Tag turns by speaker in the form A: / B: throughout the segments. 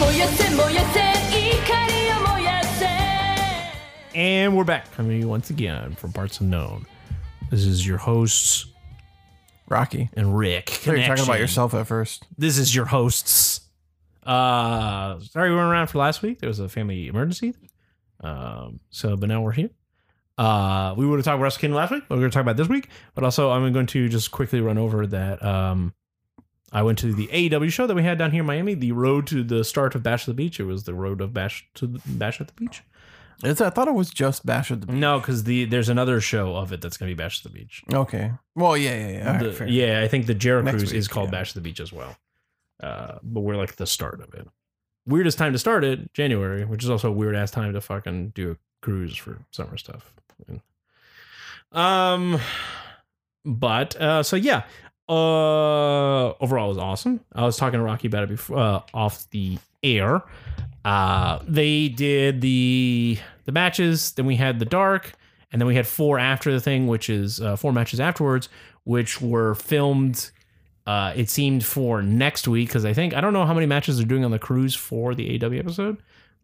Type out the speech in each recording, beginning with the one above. A: 燃やせ怒りを燃やせ
B: And we're back coming to you once again from Parts Unknown. This is your hosts
C: Rocky.
B: and Rick.
C: I thought you were talking about
B: Connection.
C: yourself at first.
B: This is your hosts. Uh, sorry we weren't around for last week. There was a family emergency. Um, so but now we're here. Uh, we would have talked about Wrestle Kingdom last week. But we're going to talk about this week. But also, I'm going to just quickly run over that. Um, I went to the AEW show that we had down here in Miami. The road to the start of Bash at the Beach. It was the road of Bash to the, Bash at the Beach.
C: It's, I thought it was just Bash at the Beach.
B: No, because the there's another show of it that's going to be Bash at the Beach.
C: Okay. Well, yeah, yeah, yeah. All right,
B: Mm. The-
C: fair.
B: yeah, I think the Jericho
C: Next
B: Cruise
C: week,
B: is called
C: yeah.
B: Bash at the Beach as well. Uh, but we're like the start of it. Weirdest time to start it, January, which is also a weird ass time to fucking do a cruise for summer stuff. Um, but uh, so yeah, uh, overall it was awesome. I was talking to Rocky about it before uh, off the air. Uh, they did the the matches, then we had the dark, and then we had four after the thing, which is uh, four matches afterwards, which were filmed. Uh, it seemed for next week because I think I don't know how many matches they're doing on the cruise for the AW episode,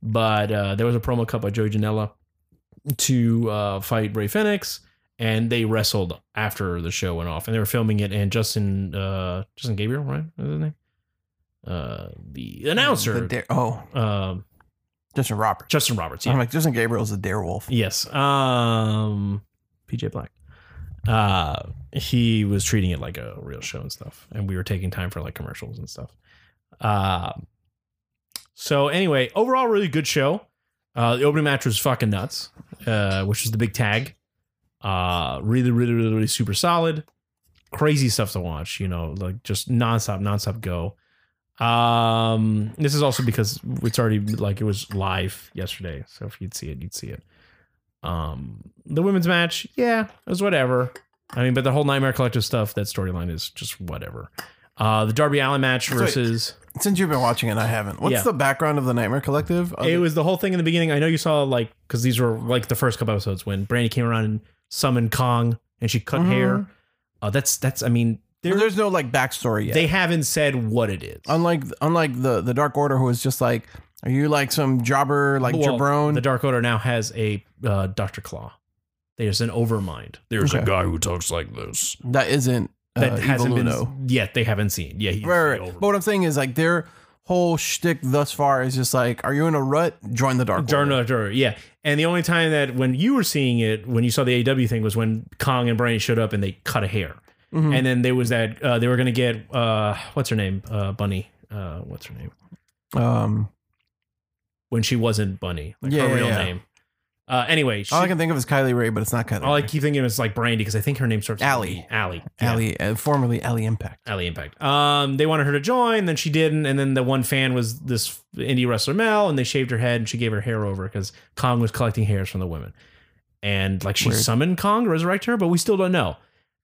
B: but uh, there was a promo cut by Joey Janela to uh, fight Ray Phoenix, and they wrestled after the show went off, and they were filming it. And Justin uh, Justin Gabriel, right? Is his name? Uh, the announcer,
C: The dare- oh,
B: um,
C: Justin Roberts.
B: Justin Roberts. Yeah.
C: I'm like, Justin Gabriel's a werewolf.
B: Yes. Um, PJ Black. Uh, he was treating it like a real show and stuff, and we were taking time for like commercials and stuff. Uh, so anyway, overall, really good show. Uh, the opening match was fucking nuts, uh, which was the big tag. Uh, really, really, really, really super solid. Crazy stuff to watch, you know, like just nonstop, nonstop go. Um, this is also because it's already like it was live yesterday, so if you'd see it, you'd see it. Um, the women's match, yeah, it was whatever. I mean, but the whole Nightmare Collective stuff, that storyline is just whatever. Uh, the Darby Allen match
C: That's right.
B: versus
C: Since you've been watching it, I haven't. What's
B: Yeah.
C: the background of the Nightmare Collective?
B: it was the whole thing in the beginning. I know you saw like because these were like the first couple episodes when Brandy came around and summoned Kong and she cut
C: Mhm.
B: hair. Uh, that's that's I mean
C: But
B: there,
C: there's no like backstory yet.
B: they haven't said what it is.
C: unlike unlike the the Dark Order, who was just like, are you like some jobber like
B: Well,
C: jabron?
B: The Dark Order now has a uh, Doctor Claw. There's an overmind. There's
C: Okay.
B: a guy who talks like this
C: that isn't uh,
B: that
C: Evil
B: hasn't been
C: Uno.
B: yet. They haven't seen. Yeah, he's
C: Right, right,
B: the
C: right. But what I'm saying is like their whole shtick thus far is just like, are you in a rut? Join the Dark
B: Dark
C: Order.
B: Order, yeah. And the only time that when you were seeing it, when you saw the AW thing, was when Kong and Brandy showed up and they cut a hair.
C: Mhm.
B: And then there was that uh, they were gonna get uh, what's her name, uh, Bunny. Uh, what's her name?
C: Um,
B: When she wasn't Bunny, like
C: Yeah,
B: her
C: yeah,
B: real
C: yeah.
B: name. Uh, anyway, she,
C: all I can think of is Kylie Ray, but it's not Kylie.
B: all I
C: Ray.
B: keep thinking is like Brandy because I think her name starts with
C: Allie.
B: B. Allie. Yeah.
C: Allie, uh, formerly Allie Impact.
B: Alley Impact. Um, they wanted her to join, then she didn't, and then the one fan was this indie wrestler Mel, and they shaved her head and she gave her hair over because Kong was collecting hairs from the women, and like she
C: Weird.
B: summoned Kong to resurrect her, but we still don't know.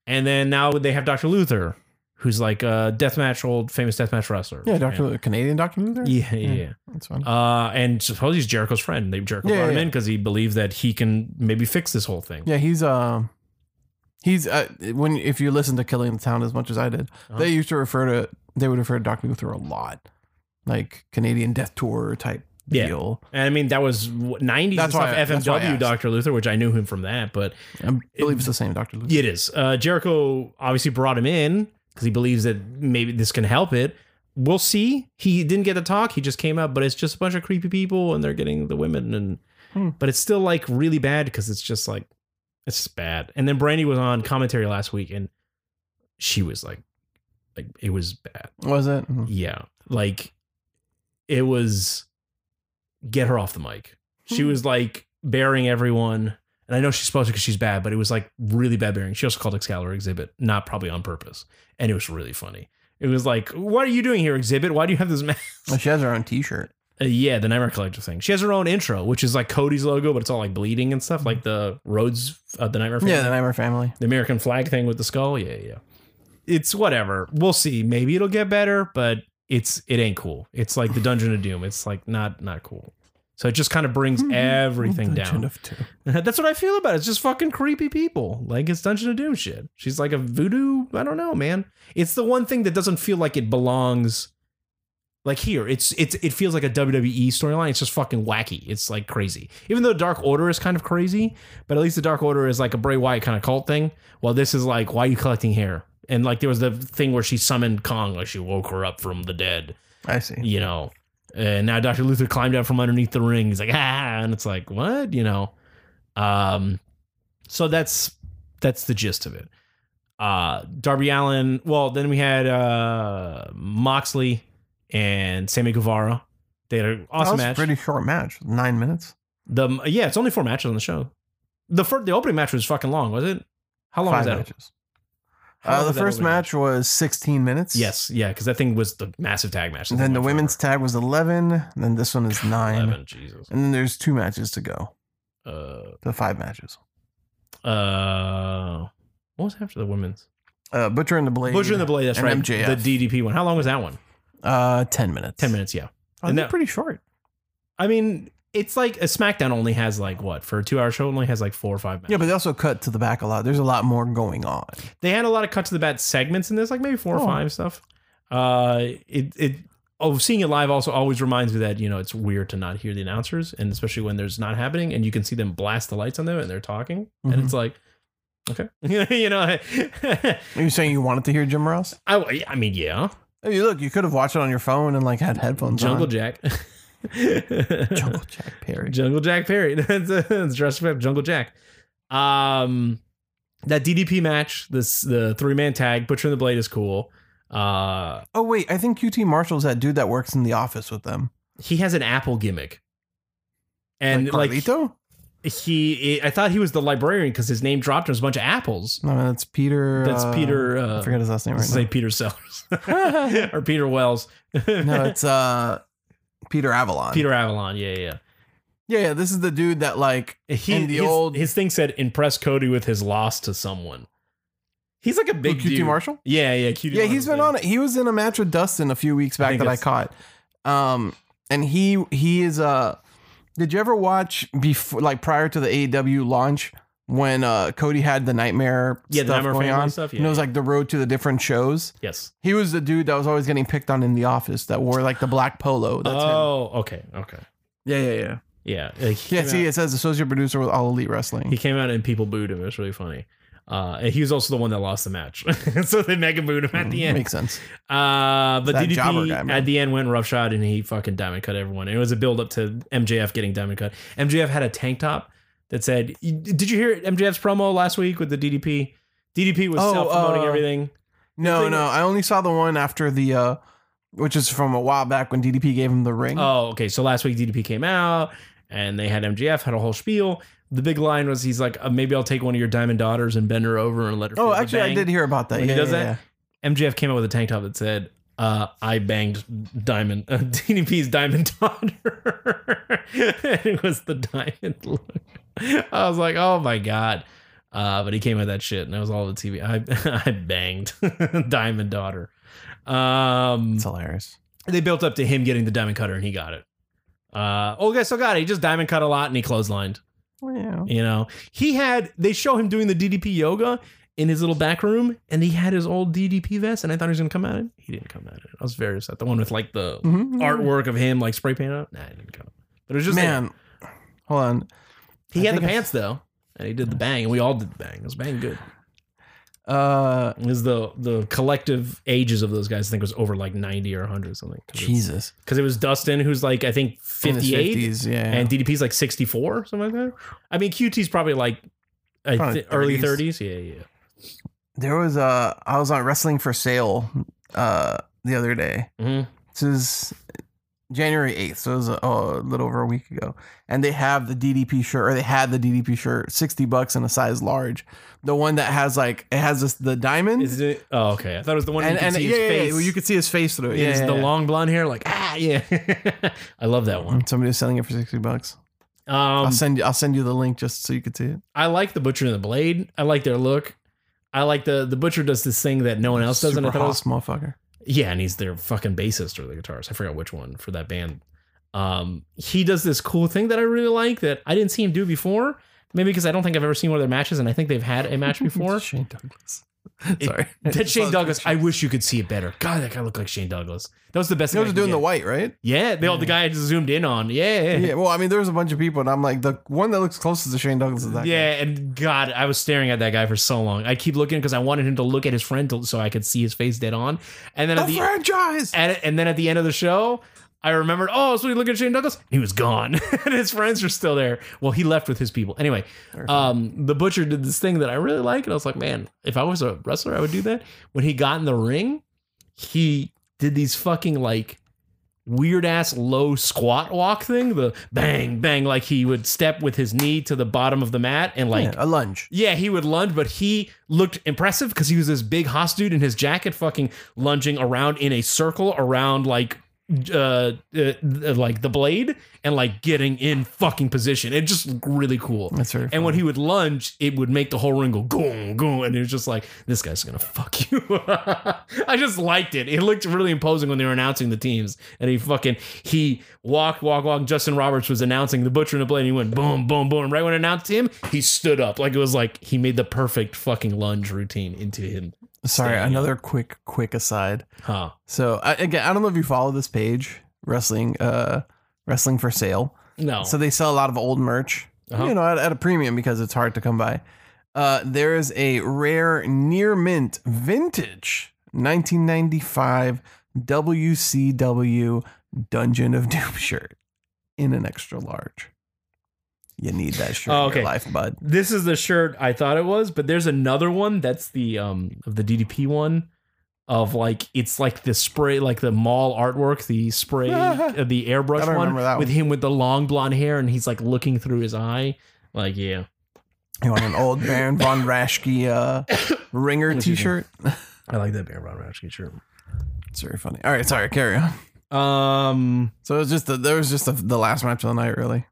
B: And then now they have Doctor Luther, who's like a deathmatch old famous deathmatch wrestler.
C: Yeah, Doctor Canadian Doctor Luther.
B: Yeah, yeah, yeah.
C: that's fine.
B: Uh, and suppose he's Jericho's friend. They Jericho
C: Yeah,
B: brought
C: yeah,
B: him
C: yeah.
B: in because he believed that he can maybe fix this whole thing.
C: yeah, he's uh, he's uh, when if you listen to Killing the Town as much as I did,
B: Uh-huh.
C: they used to refer to they would refer to Doctor Luther a lot, like Canadian Death Tour type
B: Yeah.
C: deal.
B: And I mean that was what, 90s
C: That's why I-
B: and
C: that's
B: stuff.
C: why I
B: FMW
C: asked.
B: Doctor Luther, which I knew him from that, but
C: I believe it's the same Doctor Luther.
B: Yeah, It is. Uh, Jericho obviously brought him in because he believes that maybe this can help it. We'll see. He didn't get to talk. He just came up, but it's just a bunch of creepy people, and they're getting the women, and
C: Hmm.
B: but it's still like really bad because it's just like it's just bad. And then Brandy was on commentary last week, and she was like, like it was bad.
C: Was it? Mhm.
B: Yeah, like it was. Get her off the mic. She was like bearing everyone, and I know she's supposed to because she's bad, but it was like really bad bearing. She also called Excalibur Exhibit, not probably on purpose, and it was really funny. It was like, "What are you doing here, Exhibit? Why do you have this mask?"
C: Well, she has her own T-shirt.
B: Uh, yeah, the Nightmare Collective thing. She has her own intro, which is like Cody's logo, but it's all like bleeding and stuff, like the Rhodes, uh, the Nightmare.
C: Yeah,
B: Family
C: the Nightmare Family.
B: the American flag thing with the skull. Yeah, yeah. It's whatever. We'll see. Maybe it'll get better, but it's it ain't cool. It's like the Dungeon of Doom. It's like not not cool. So it just kind of brings everything
C: Dungeon
B: down.
C: of Two.
B: That's what I feel about it. It's just fucking creepy people. Like it's Dungeon of Doom shit. She's like a voodoo. I don't know, man. It's the one thing that doesn't feel like it belongs. Like here, it's it's it feels like a WWE storyline. It's just fucking wacky. It's like crazy. Even though Dark Order is kind of crazy, but at least the Dark Order is like a Bray Wyatt kind of cult thing. While this is like, why are you collecting hair? And like there was the thing where she summoned Kong, like she woke her up from the dead
C: I see.
B: you know. And now Dr. Luther climbed out from underneath the ring. He's like, ah, and it's like, what? You know. Um, so that's that's the gist of it. Uh Darby Allen, well, then we had uh Moxley and Sammy Guevara. They had an awesome
C: that was
B: match.
C: a pretty short match. Nine minutes.
B: the yeah, it's only four matches on the show. The first the opening match was fucking long, was it? How long
C: Five
B: was that?
C: matches.
B: How long
C: Uh, the
B: was that
C: first
B: opening
C: match was 16 minutes.
B: Yes, yeah, because that thing was the massive tag match.
C: And then the women's tag was 11. And then this one is nine.
B: eleven, Jesus.
C: And then there's two matches to go.
B: Uh
C: The five matches.
B: uh what was after the women's?
C: Uh, Butcher and the Blade.
B: Butcher and the Blade. That's
C: and
B: right.
C: MJF.
B: The DDP one. How long was that one?
C: Uh, 10 minutes.
B: Ten minutes. Yeah.
C: Oh,
B: And
C: they're
B: that-
C: pretty short.
B: I mean, it's like a SmackDown only has like what for a two-hour show only has like four or five minutes.
C: Yeah, but they also cut to the back a lot. There's a lot more going on.
B: they had a lot of cut to the bat segments in this, like maybe four
C: Oh.
B: or five stuff. Uh, it it oh, seeing it live also always reminds me that you know it's weird to not hear the announcers, and especially when there's not happening, and you can see them blast the lights on them, and they're talking,
C: Mhm.
B: and it's like, okay, you know,
C: Are you saying you wanted to hear Jim Ross?
B: I I mean, yeah,
C: Hey, look, you could have watched it on your phone and like had headphones
B: Jungle
C: on.
B: Jack.
C: Jungle Jack Perry.
B: Jungle Jack Perry. That's that's Jurassic Park, Jungle Jack. Um, that DDP match, this the three man tag, Butcher and the Blade is cool. Uh,
C: Oh wait, I think QT Marshall's that dude that works in the office with them.
B: he has an Apple gimmick, and like,
C: Carlito?
B: he, I thought he was the librarian because his name dropped. and There's a bunch of apples.
C: no, that's Peter.
B: That's
C: uh,
B: Peter. Uh,
C: I forget his last name right
B: say Peter Sellers
C: now.
B: or Peter Wells.
C: no, it's uh Peter Avalon.
B: Peter Avalon. Yeah, yeah.
C: Yeah, yeah, this is the dude that like
B: yeah. He,
C: And the
B: his,
C: old-
B: his thing said impress Cody with his loss to someone. He's like a
C: Who,
B: big
C: QT
B: dude.
C: Marshall.
B: Yeah, yeah, QT.
C: Yeah, he's been
B: it.
C: on it. He was in a match with Dustin a few weeks back
B: think
C: that I caught. Um, and he he is uh, did you ever watch before like prior to the AEW launch when uh Cody had the nightmare
B: Yeah, the
C: stuff
B: Nightmare
C: going
B: Family
C: on?
B: stuff,
C: and
B: yeah,
C: it was like the road to the different shows.
B: Yes.
C: He was the dude that was always getting picked on in the office that wore like the black polo. That's him.
B: oh, okay, okay.
C: Yeah, yeah, yeah.
B: Yeah. like, he
C: Yeah,
B: came
C: see,
B: out,
C: it says associate producer with All Elite Wrestling.
B: he came out and people booed him. It was really funny. Uh, and he was also the one that lost the match, so they mega booed him at the end.
C: Mm, Mm-hmm. Makes sense.
B: Uh, but
C: That jobber guy,
B: DDP
C: man.
B: at the end went roughshod and he fucking diamond cut everyone. And it was a build up to MJF getting diamond cut. MJF had a tank top that said, "Did you hear MJF's promo last week with the DDP? DDP was
C: Oh,
B: self promoting
C: uh,
B: everything.
C: No,
B: thing
C: no, I only saw the one after the uh which is from a while back when DDP gave him the ring.
B: Oh, okay. So last week DDP came out and they had MGF had a whole spiel. The big line was he's like, uh, maybe I'll take one of your diamond daughters and bend her over and let her. feel
C: Oh,
B: the
C: actually, I
B: bang."
C: did hear about that.
B: When he
C: yeah,
B: does
C: yeah,
B: that? MGF came out with a tank top that said, uh, "I banged diamond uh, DDP's diamond daughter." and it was the diamond look. I was like, oh my god. Uh, but he came with that shit, and that was all the TV. I I banged diamond daughter. Um,
C: yeah. It's hilarious.
B: they built up to him getting the diamond cutter and he got it. Uh, old guy still got it. He just diamond cut a lot and he clotheslined.
C: Yeah.
B: You know, he had they show him doing the DDP yoga in his little back room, and he had his old DDP vest, and I thought he was gonna come at it. He didn't come at it. I was very upset. The one with like the
C: Mhm.
B: artwork of him like spray paint up. Nah, it didn't come. But it was just
C: Man, hold on.
B: He
C: I
B: had the
C: think I-
B: pants though, and he did the bang, and we all did the bang. It was bang good.
C: Uh,
B: It was the the collective ages of those guys. I think was over like ninety or hundred or something.
C: Jesus.
B: Because it was Dustin, who's like I think
C: In his
B: fifty eight.
C: 50s, yeah.
B: and DDP's like 64, something like that. I mean, QT's probably like I
C: Probably
B: thi- early
C: 30s.
B: 30s. Yeah, yeah.
C: there was uh, I was on Wrestling for Sale uh the other day.
B: Mhm.
C: This is January 8th, so it was a, oh, a little over a week ago. And they have the DDP shirt, or they had the DDP shirt, 60 bucks in a size large. The one that has like, it has this, the diamond.
B: Is it? Oh, okay. I thought it was the one
C: and
B: you could
C: and
B: see
C: yeah,
B: his
C: yeah, yeah,
B: face.
C: well, you could see his face through it.
B: It is the long blonde hair, like ah, yeah. I love that one.
C: Somebody was selling it for 60 bucks. I'll
B: Um,
C: send you. I'll send you the link just so you can see it.
B: I like the butcher and the blade. I like their look. I like the the butcher does this thing that no one else does, and I
C: Super
B: thought it
C: hot
B: was
C: motherfucker.
B: Yeah, and he's their fucking bassist or the guitarist. I forgot which one for that band. Um, he does this cool thing that I really like that I didn't see him do before. Maybe because I don't think I've ever seen one of their matches, and I think they've had a match before.
C: Shane Douglas. Sorry.
B: That
C: Saw
B: Shane
C: the
B: Douglas.
C: picture.
B: I wish you could see it better. God, that guy looked like Shane Douglas. That was the best.
C: He
B: thing I
C: was
B: could
C: doing
B: get.
C: the white, right?
B: Yeah, the, the guy I just zoomed in on. Yeah, yeah,
C: Yeah. Well, I mean, there was a bunch of people, and I'm like, the one that looks closest to Shane Douglas is that. guy.
B: Yeah, and God, I was staring at that guy for so long. I keep looking because I wanted him to look at his friend to, so I could see his face dead on. And then at
C: The
B: the
C: franchise.
B: and, and then at the end of the show, I remembered. Oh, so you look at Shane Douglas. He was gone, and his friends were still there. Well, he left with his people. Anyway, um, the butcher did this thing that I really like, and I was like, man, if I was a wrestler, I would do that. When he got in the ring, he did these fucking like weird ass low squat walk thing. The bang bang, like he would step with his knee to the bottom of the mat and like.
C: Yeah, a lunge.
B: Yeah, he would lunge, but he looked impressive because he was this big hoss dude in his jacket, fucking lunging around in a circle around like, uh, uh like the blade and like getting in fucking position. It just looked really cool.
C: That's very.
B: And
C: funny.
B: when he would lunge, it would make the whole ring go goong goong, and it was just like, "This guy's gonna fuck you." I just liked it. It looked really imposing when they were announcing the teams, and he fucking he walked, walked, walked. Justin Roberts was announcing the Butcher and the Blade, and he went boom, boom, boom. And right when it announced him, he stood up like it was like he made the perfect fucking lunge routine into him.
C: Sorry,
B: standing up.
C: another quick, quick aside.
B: Huh?
C: So I, again, I don't know if you follow this page, wrestling, uh, wrestling for sale.
B: No.
C: So they sell a lot of old merch,
B: Oh. Uh-huh.
C: you know, at, at a premium because it's hard to come by. Uh, there is a rare near mint vintage 1995 WCW Dungeon of Doom shirt in an extra large. You need that shirt
B: Oh,
C: in your
B: okay.
C: life, bud.
B: this is the shirt I thought it was, but there's another one that's the um of the DDP one of like it's like the spray like the mall artwork, the spray uh, the
C: I
B: airbrush
C: don't
B: one
C: remember that
B: with
C: one.
B: him with the long blonde hair and he's like looking through his eye. Like, yeah.
C: You want an old Baron von Raschke uh, ringer
B: Excuse me.
C: t-shirt?
B: I like that Bear Brown Ratchet shirt.
C: It's very funny. All right, sorry, carry on.
B: Um
C: So it was just the, there was just the, the last match of the night, really.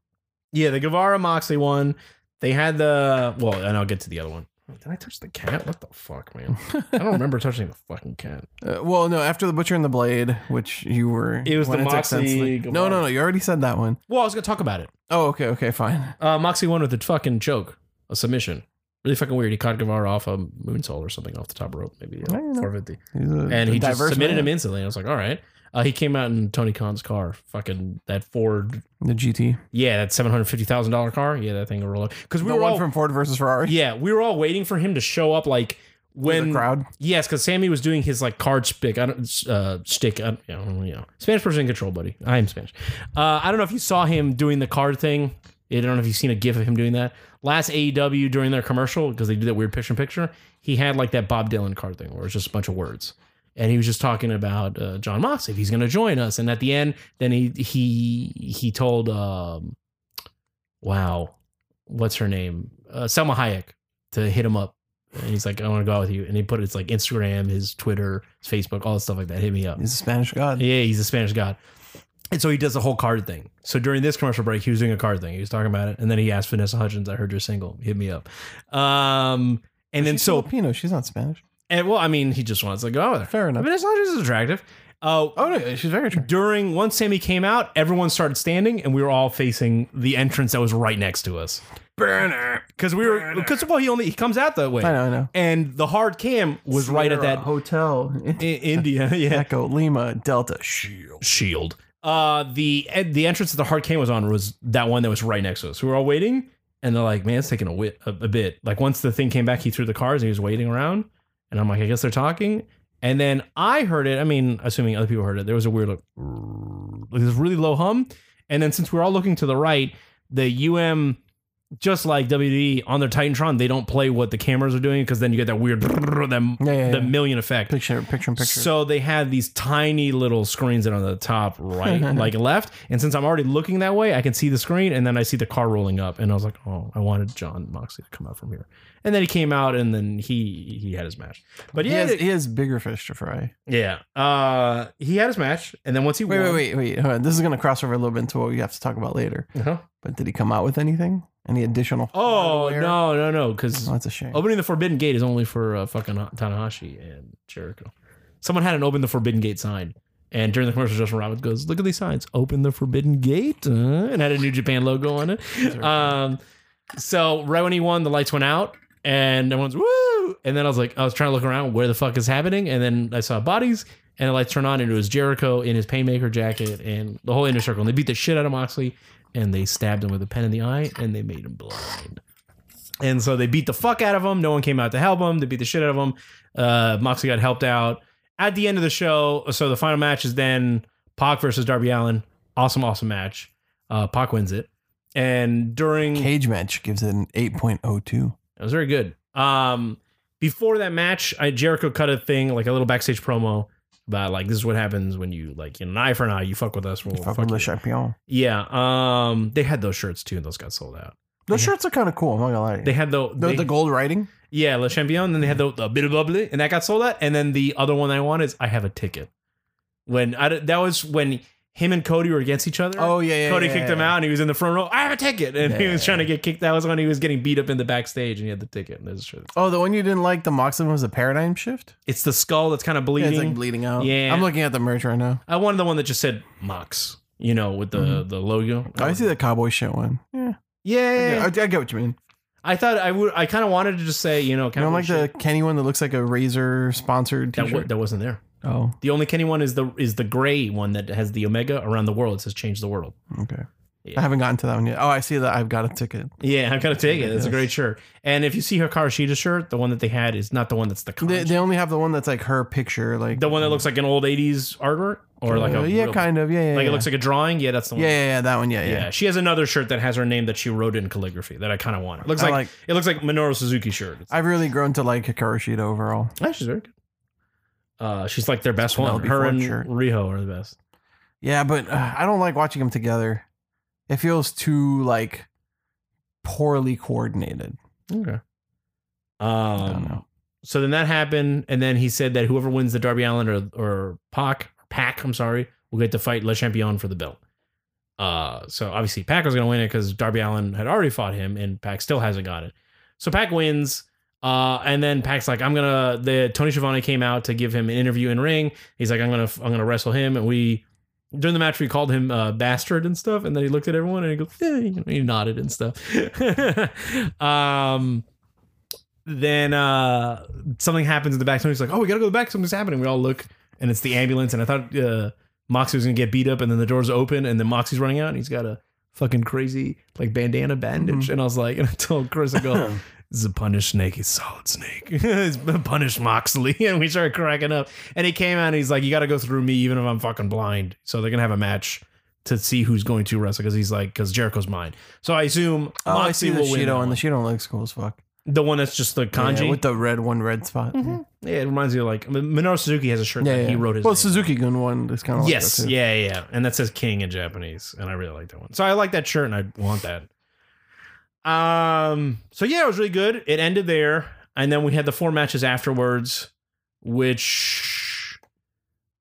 B: yeah, the Guevara Moxley one. They had the well, and I'll get to the other one. Did I touch the cat? What the fuck, man? I don't remember touching the fucking cat.
C: Uh, well, no, after the butcher and the blade, which you were.
B: It was
C: went
B: the
C: into
B: Moxley
C: extensively-
B: Guevara.
C: No, no, no. You already said that one.
B: Well, I was gonna talk about it.
C: Oh, okay, okay, fine.
B: Uh, Moxie won with a fucking choke, a submission. Really fucking weird. He caught Guevara off a moonsault or something off the top rope, maybe uh,
C: I don't know.
B: 450.
C: He's a
B: And he just
C: diverse
B: submitted
C: man.
B: him instantly. I was like, all right. Uh, he came out in Tony Khan's car, fucking that Ford.
C: The GT,
B: Yeah, that seven hundred fifty thousand dollar car. Yeah, that thing will roll up. Because we
C: the
B: were
C: one
B: all,
C: from Ford versus Ferrari.
B: yeah, we were all waiting for him to show up. Like
C: the
B: when
C: crowd.
B: Yes, because Sammy was doing his like card spick. I don't uh, stick. I don't, you, know, you know. Spanish person in control, buddy. I am Spanish. Uh, I don't know if you saw him doing the card thing. I don't know if you've seen a gif of him doing that. Last AEW during their commercial because they do that weird picture in picture. He had like that Bob Dylan card thing where it's just a bunch of words, and he was just talking about uh, John Mox if he's going to join us. And at the end, then he he he told, um, wow, what's her name, uh, Selma Hayek, to hit him up and he's like, I want to go out with you. And he put it's like Instagram, his Twitter, his Facebook, all that stuff like that. Hit me up.
C: He's a Spanish god.
B: Yeah, he's a Spanish god. And so he does the whole card thing. So during this commercial break, he was doing a card thing. He was talking about it. And then he asked Vanessa Hudgens, I heard your single. Hit me up. Um, and then
C: She's
B: so,
C: Filipino. She's not Spanish.
B: and well, I mean, he just wants to go out with her.
C: Fair enough.
B: Vanessa Hudgens is attractive. Uh,
C: Oh no, she's very attractive.
B: during once Sammy came out, everyone started standing and we were all facing the entrance that was right next to us.
C: Burner.
B: Cause we were, cause well, he only, he comes out that way.
C: I know. I know.
B: And the hard cam was right at
C: Sierra
B: that
C: hotel.
B: I- India, yeah.
C: Echo Lima Delta Shield.
B: Shield. Uh, the eh, the entrance that the hard cam was on was that one that was right next to us. We were all waiting, and they're like, "Man, it's taking a, wit- a, a bit." Like once the thing came back, he threw the cars and he was waiting around, and I'm like, "I guess they're talking." And then I heard it. I mean, assuming other people heard it, there was a weird like, like this really low hum. And then since we're all looking to the right, the UM, just like WWE on their Titantron, they don't play what the cameras are doing because then you get that weird that,
C: Yeah, yeah,
B: the
C: yeah.
B: million effect.
C: Picture, picture, picture.
B: So they had these tiny little screens that are on the top right, like left. And since I'm already looking that way, I can see the screen and then I see the car rolling up. And I was like, oh, I wanted John Moxley to come out from here. And then he came out and then he he had his match. But
C: he
B: yeah,
C: has, he has bigger fish to fry.
B: yeah. Uh he had his match. And then once he
C: Wait,
B: won,
C: wait, wait, wait. Hold on. This is going to cross over a little bit into what we have to talk about later.
B: Uh-huh.
C: But did he come out with anything? Any additional?
B: Oh
C: hardware?
B: no, no, no, because
C: Oh, that's a shame.
B: opening the forbidden gate is only for uh, fucking Tanahashi and Jericho. Someone had an open the forbidden gate sign. And during the commercial, Justin Roberts goes, "Look at these signs. Open the forbidden gate," uh, and had a New Japan logo on it. Um, so right when he won, the lights went out, and everyone's woo. And then I was like, I was trying to look around where the fuck is happening, and then I saw bodies, and the lights turned on, and it was Jericho in his painmaker jacket and the whole inner circle, and they beat the shit out of Moxley, and they stabbed him with a pen in the eye, and they made him blind. And so they beat the fuck out of him. No one came out to help him. They beat the shit out of him. Uh, Moxley got helped out at the end of the show. So the final match is then Pac versus Darby Allen. Awesome, awesome match. Uh, Pac wins it. And during
C: Cage match gives it an 8.02.
B: it was very good. Um, before that match, I, Jericho cut a thing like a little backstage promo about like this is what happens when you like you know, an eye for an eye. You fuck with us, we'll
C: Fuck
B: Oh, fuck,
C: with Le
B: you.
C: Champion.
B: Yeah. Um, they had those shirts too, and those got sold out.
C: Those
B: Yeah.
C: shirts are kind of cool. I'm not gonna lie.
B: They had the
C: the,
B: they-
C: the gold writing.
B: Yeah, Le Champion. Then they had the, the bit of bubbly, and that got sold out. And then the other one I want is I have a ticket. When I d- that was when him and Cody were against each other.
C: Oh yeah, yeah
B: Cody
C: yeah,
B: kicked
C: yeah.
B: him out, and he was in the front row. I have a ticket, and he was
C: Yeah.
B: trying to get kicked. That was when he was getting beat up in the backstage, and he had the ticket. And there's
C: Oh, the one you didn't like, the Moxley one was a paradigm shift.
B: it's the skull that's kind of
C: Yeah,
B: bleeding.
C: it's like bleeding out.
B: Yeah.
C: I'm looking at the merch right now.
B: I wanted the one that just said Mox, you know, with the
C: Mhm.
B: the logo.
C: Oh, I see the cowboy shit one. Yeah,
B: Yeah,
C: I, get, I get what you mean.
B: I thought I would. I kind of wanted to just say, you know,
C: You
B: kind
C: know,
B: of
C: like the Kenny one that looks like a razor sponsored
B: that, wa-
C: T-shirt.
B: that wasn't there.
C: oh,
B: The only Kenny one is the is the gray one that has the Omega around the world. It says change the world.
C: okay.
B: Yeah.
C: I haven't gotten to that one yet. Oh, I see that. I've got a ticket.
B: Yeah, I'm gonna take it. It's a
C: Yes.
B: great shirt. And if you see her Karashita shirt, the one that they had is not the one that's the con-
C: They, they only have the one that's like her picture, like
B: the one that looks like an old '80s artwork or like
C: Uh,
B: a
C: yeah,
B: real-
C: kind of, yeah, yeah.
B: like
C: yeah.
B: it looks like a drawing. Yeah, that's the one.
C: yeah, yeah, yeah, that one, yeah, yeah.
B: yeah. She has another shirt that has her name that she wrote in calligraphy that I kind of want. It looks
C: I
B: like,
C: like.
B: it looks like Minoru Suzuki shirt. It's,
C: I've really grown to like Hikaru Shida overall.
B: Ah, she's very good. Uh, she's like their best one.
C: Penelope
B: Her
C: Ford
B: and
C: shirt.
B: Riho are the best.
C: Yeah, but uh, I don't like watching them together. It feels too like poorly coordinated.
B: Okay.
C: I don't
B: Um.
C: know.
B: So then that happened, and then he said that whoever wins the Darby Allen or or Pac Pac, I'm sorry, will get to fight Le Champion for the belt. Uh. So obviously Pac was gonna win it because Darby Allen had already fought him, and Pac still hasn't got it. So Pac wins. Uh, and then Pac's like, I'm gonna. The Tony Schiavone came out to give him an interview in ring. He's like, I'm gonna, I'm gonna wrestle him. And we, during the match, we called him uh, bastard and stuff. And then he looked at everyone and he goes, "Eh," you know, he nodded and stuff. um, then uh, something happens in the back. Somebody's like, Oh, we gotta go to the back. Something's happening. We all look, and it's the ambulance. And I thought uh, Moxie was gonna get beat up, and then the doors open, and then Moxie's running out, and he's got a fucking crazy like bandana bandage.
C: Mm-hmm.
B: And I was like, and I told Chris, I go. This is a punished snake. He's solid snake. It's a punished Moxley. And we started cracking up. And he came out and he's like, You got to go through me, even if I'm fucking blind. So they're going to have a match to see who's going to wrestle because he's like, Because Jericho's mine. So I assume
C: Oh, I
B: Moxley
C: see the
B: will win. that
C: Shido, and the
B: one.
C: Shido looks cool as fuck.
B: the one that's just the kanji.
C: Yeah,
B: Yeah,
C: with the red one, red spot.
B: it reminds me of like Minoru Suzuki has a shirt
C: Yeah,
B: that
C: yeah.
B: he wrote his
C: well,
B: name.
C: Suzuki Gun one is kind of
B: yes.
C: Like that too.
B: yeah, yeah. And that says King in Japanese. And I really like that one. So I like that shirt and I want that. Um, so yeah, it was really good. It ended there. And then we had the four matches afterwards, which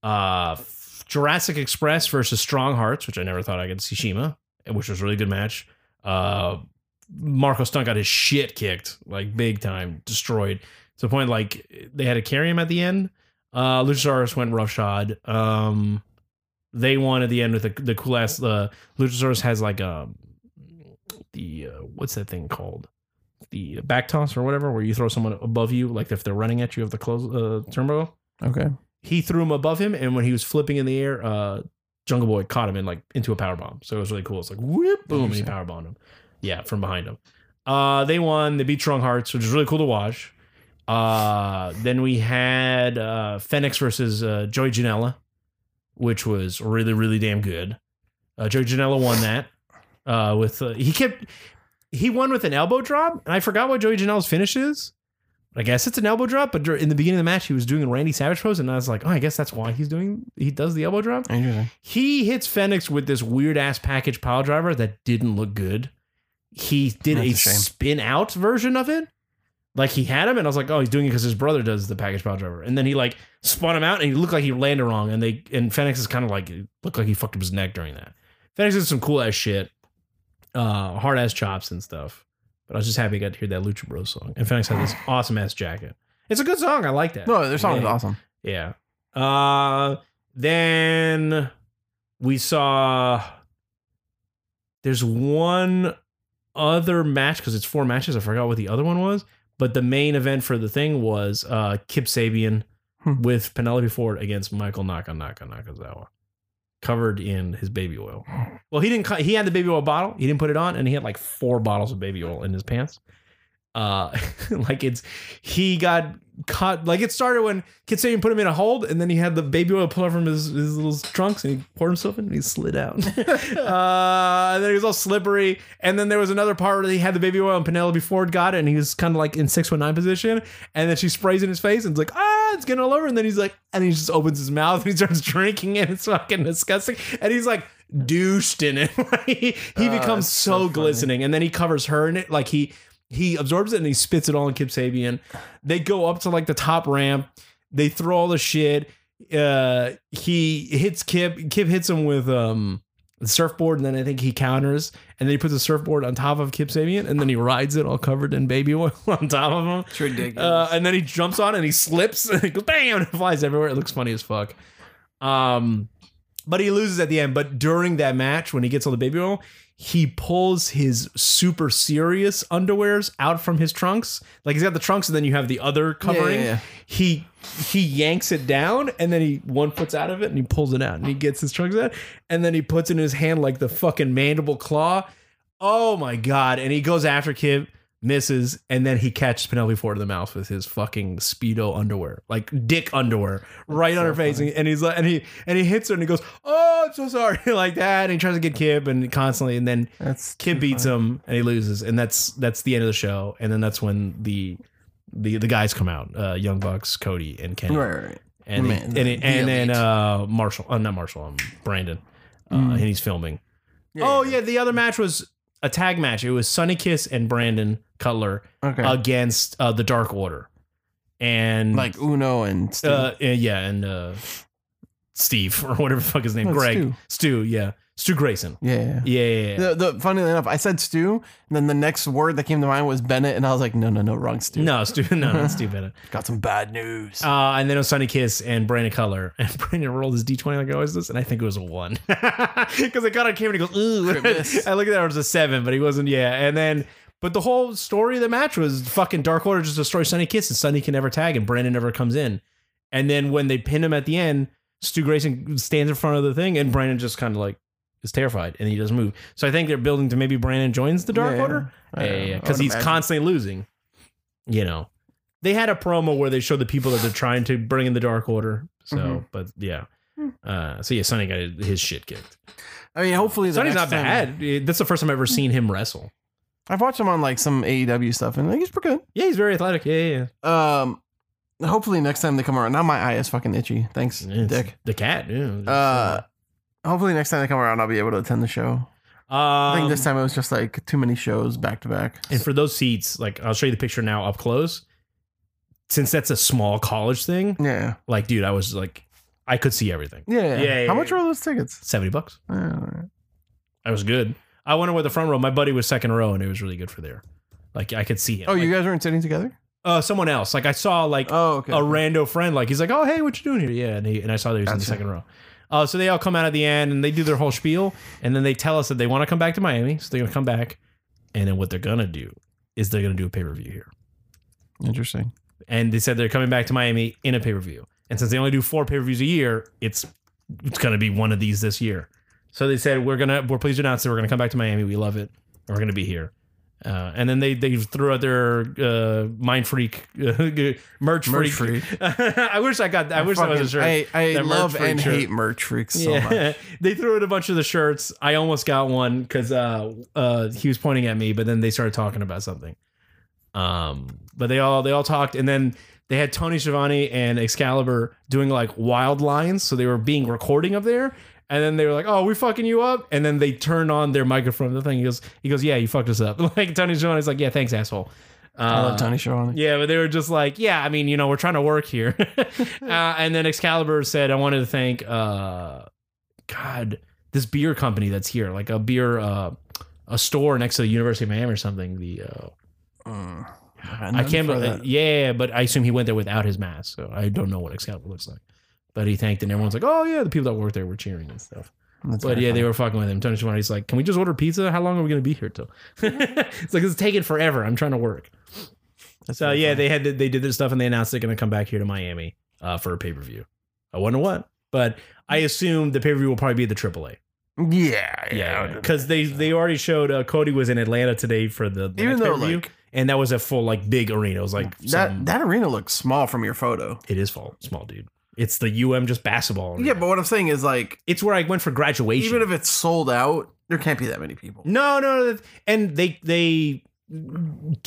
B: uh Jurassic Express versus Strong Hearts, which I never thought I could see Shima, which was a really good match. Uh Marco Stunt got his shit kicked, like big time, destroyed. To the point like they had to carry him at the end. Uh Luchasaurus went roughshod. Um they won at the end with the, the cool ass uh, Luchasaurus has like a the uh, what's that thing called the back toss or whatever where you throw someone above you like if they're running at you of the close uh, turnbuckle
C: Okay.
B: he threw him above him, and when he was flipping in the air, uh, Jungle Boy caught him and like into a power bomb. So it was really cool. It's like whip, boom, and he
C: Interesting.
B: power bombed him. Yeah, from behind him. Uh, they won. They beat Strong Hearts, which is really cool to watch. Uh, then we had uh, Fenix versus uh, Joey Janela, which was really really damn good. Uh, Joey Janela won that. Uh, with uh, he kept he won with an elbow drop, and I forgot what Joey Janela's finish is. I guess it's an elbow drop, but dur- in the beginning of the match, he was doing a Randy Savage pose, and I was like, oh, I guess that's why he's doing. He does the elbow drop.
C: Interesting.
B: He hits Fenix with this weird ass package pile driver that didn't look good. He did
C: That's
B: a,
C: a shame.
B: spin out version of it. Like he had him, and I was like, oh, he's doing it because his brother does the package pile driver. And then he like spun him out, and he looked like he landed wrong. And they and Fenix is kind of like looked like he fucked up his neck during that. Fenix did some cool ass shit, uh, hard ass chops and stuff. But I was just happy I got to hear that Lucha Bros song. And Fenix had this awesome ass jacket. It's a good song. I like that.
C: No, their song is
B: Yeah.
C: awesome.
B: Yeah. Uh then we saw there's one other match because it's four matches. I forgot what the other one was, But the main event for the thing was uh, Kip Sabian
C: Hmm.
B: with Penelope Ford against Michael Naka Naka Nakazawa, covered in his baby oil. Well, he didn't. co- He had the baby oil bottle. He didn't put it on, and he had like four bottles of baby oil in his pants. Uh, like it's he got caught. Like it started when Kip Sabian put him in a hold, and then he had the baby oil pull out from his, his little trunks, and he poured himself in, and he slid out. uh, and then he was all slippery. And then there was another part where he had the baby oil, and Penelope Ford got it, and he was kind of like in six one nine position. And then she sprays in his face, and it's like ah, it's getting all over. And then he's like, and he just opens his mouth, and he starts drinking, and it's fucking disgusting. And he's like douched in it. he he
C: Oh,
B: becomes
C: that's
B: so,
C: so funny.
B: glistening, and then he covers her in it, like he. He absorbs it and he spits it all in Kip Sabian. They go up to like the top ramp. They throw all the shit. Uh, he hits Kip. Kip hits him with um the surfboard, and then I think he counters, and then he puts the surfboard on top of Kip Sabian, and then he rides it all covered in baby oil on top of him.
C: It's ridiculous.
B: Uh, and then he jumps on and he slips and it goes bam and it flies everywhere. It looks funny as fuck. Um, but he loses at the end. But during that match, when he gets all the baby oil, he pulls his super serious underwears out from his trunks. Like he's got the trunks, and then you have the other covering.
C: yeah.
B: He he yanks it down, and then he one puts out of it, and he pulls it out, and he gets his trunks out, and then he puts it in his hand like the fucking mandible claw. Oh my god! And he goes after Kip, misses, and then he catches Penelope Ford in the mouth with his fucking speedo underwear, like dick underwear, right on her face. And, and he's like, and he and he hits her, and he goes, "Oh, I'm so sorry," like that. And he tries to get Kip, and constantly, and then
C: That's
B: Kip beats him, and he loses, and that's that's the end of the show. And then that's when the the the guys come out, uh, Young Bucks, Cody, and Kenny,
C: right, right, right.
B: and
C: Man,
B: and, and,
C: the
B: then
D: elite.
B: uh, Marshall, uh, not Marshall, um, Brandon, uh,
C: Mm.
B: and he's filming. oh yeah, the other match was a tag match. It was Sunny Kiss and Brandon Cutler
C: Okay.
B: against uh, the Dark Order, and
C: like Uno and Stu.
B: uh, uh, yeah, and uh, Steve or whatever the fuck his name,
C: No, it's
B: Greg, Stu,
C: Stu.
B: yeah, Stu Grayson,
C: yeah. yeah.
B: yeah, yeah, yeah.
C: The, the funnily enough, I said Stu, and then the next word that came to mind was Bennett, and I was like, no, no, no, wrong Stu.
B: no, Stu, no, not Stu Bennett.
C: Got some bad news.
B: Uh, and then it was Sunny Kiss and Brandon Cutler. And Brandon rolled his D20 like I always does, and I think it was a one. Because I got on camera and he goes, ooh.
C: Crit miss.
B: I look at that, it was a seven, but he wasn't, yeah. And then, but the whole story of the match was fucking Dark Order just destroys Sunny Kiss, and Sunny can never tag, and Brandon never comes in. And then when they pin him at the end, Stu Grayson stands in front of the thing, and Brandon just kind of like is terrified, and he doesn't move. So I think they're building to maybe Brandon joins the Dark
C: Yeah,
B: Order.
C: I
B: Yeah,
C: don't know.
B: yeah,
C: I
B: because
C: would
B: he's
C: imagine.
B: constantly losing. You know, they had a promo where they showed the people that they're trying to bring in the Dark Order. So,
C: Mhm.
B: but yeah, uh, so yeah, Sonny got his shit kicked.
C: I mean, hopefully, the
B: Sonny's not
C: next time-
B: bad. Eh, That's the first time I've ever seen him wrestle.
C: I've watched him on like some AEW stuff, and like, he's pretty
B: Yeah, he's very athletic. Yeah, yeah,
C: good. Um, hopefully, next time they come around. Now my eye is fucking itchy. Thanks,
B: yeah. It's
C: Dick.
B: the cat. Yeah.
C: Uh, hopefully, next time they come around, I'll be able to attend the show. I think
B: Um,
C: this time it was just like too many shows back to back.
B: And for those seats, like I'll show you the picture now up close. Since that's a small college thing,
C: Yeah,
B: like dude, I was like, I could see everything.
C: yeah,
B: Yeah, yeah,
C: How much
B: yeah.
C: were those tickets?
B: Seventy bucks.
C: Yeah.
B: I was good. I went with the front row. My buddy was second row, and it was really good for there. Like I could see him.
C: Oh,
B: Like,
C: you guys weren't sitting together?
B: uh, someone else. Like I saw like
C: Oh, okay.
B: a rando friend. Like he's like, oh hey, what you doing here? Yeah, and he and I saw that he was in the
C: Gotcha.
B: second row. Uh, so they all come out at the end and they do their whole spiel, and then they tell us that they want to come back to Miami, so they're gonna come back, and then what they're gonna do is they're gonna do a pay per view here,
C: Interesting.
B: and they said they're coming back to Miami in a pay per view, and since they only do four pay per views a year, it's it's gonna be one of these this year. So they said we're gonna we're pleased to announce that we're gonna come back to Miami. We love it. and We're gonna be here. Uh, and then they they threw out their uh, mind freak uh, merch,
C: Merch
B: freak. I wish I got. I, wish I was a
C: fucking-
B: shirt.
C: I, I
B: That merch
C: love
B: freak
C: and
B: shirt.
C: hate merch freaks so much.
B: they threw out a bunch of the shirts. I almost got one because uh, uh, he was pointing at me, but then they started talking about something. Um, but they all they all talked, and then they had Tony Schiavone and Excalibur doing like wild lines, so they were being recording up there. And then they were like, "Oh, we fucking you up," and then they turned on their microphone. The thing he goes, he goes, "Yeah, you fucked us up." Like Tony Schiavone's like, "Yeah, thanks, asshole." Uh,
C: I love Tony Schiavone.
B: yeah, but they were just like, yeah, I mean, you know, we're trying to work here. uh, and then Excalibur said, I wanted to thank, uh, God, this beer company that's here, like a beer, uh, a store next to the University of Miami or something. The uh,
C: Mm.
B: I can't, uh, yeah, but I assume he went there without his mask, so I don't know what Excalibur looks like. But he thanked, and everyone's like, "Oh yeah, the people that worked there were cheering and stuff."
C: That's
B: But
C: very
B: yeah,
C: funny.
B: they were fucking with him. Tony Schiavone's like, "Can we just order pizza? How long are we gonna be here till?" it's like it's taking forever. I'm trying to work.
C: That's
B: So
C: really
B: yeah,
C: funny.
B: they had they did their stuff and they announced they're going to come back here to Miami uh, for a pay per view. I wonder what, but I
C: Mm.
B: assume the pay per view will probably be the AAA.
C: Yeah,
B: Yeah,
C: yeah.
B: because they they already showed uh, Cody was in Atlanta today for the, the
C: Even
B: next
C: though
B: pay-per-view,
C: like
B: and that was a full like big arena. It was like some-
C: that that arena looks small from your photo.
B: it is full small, dude. It's the UM just basketball. arena.
C: Yeah, but what I'm saying is like
B: it's where I went for graduation.
C: even if it's sold out, there can't be that many people.
B: no, no, no, and they they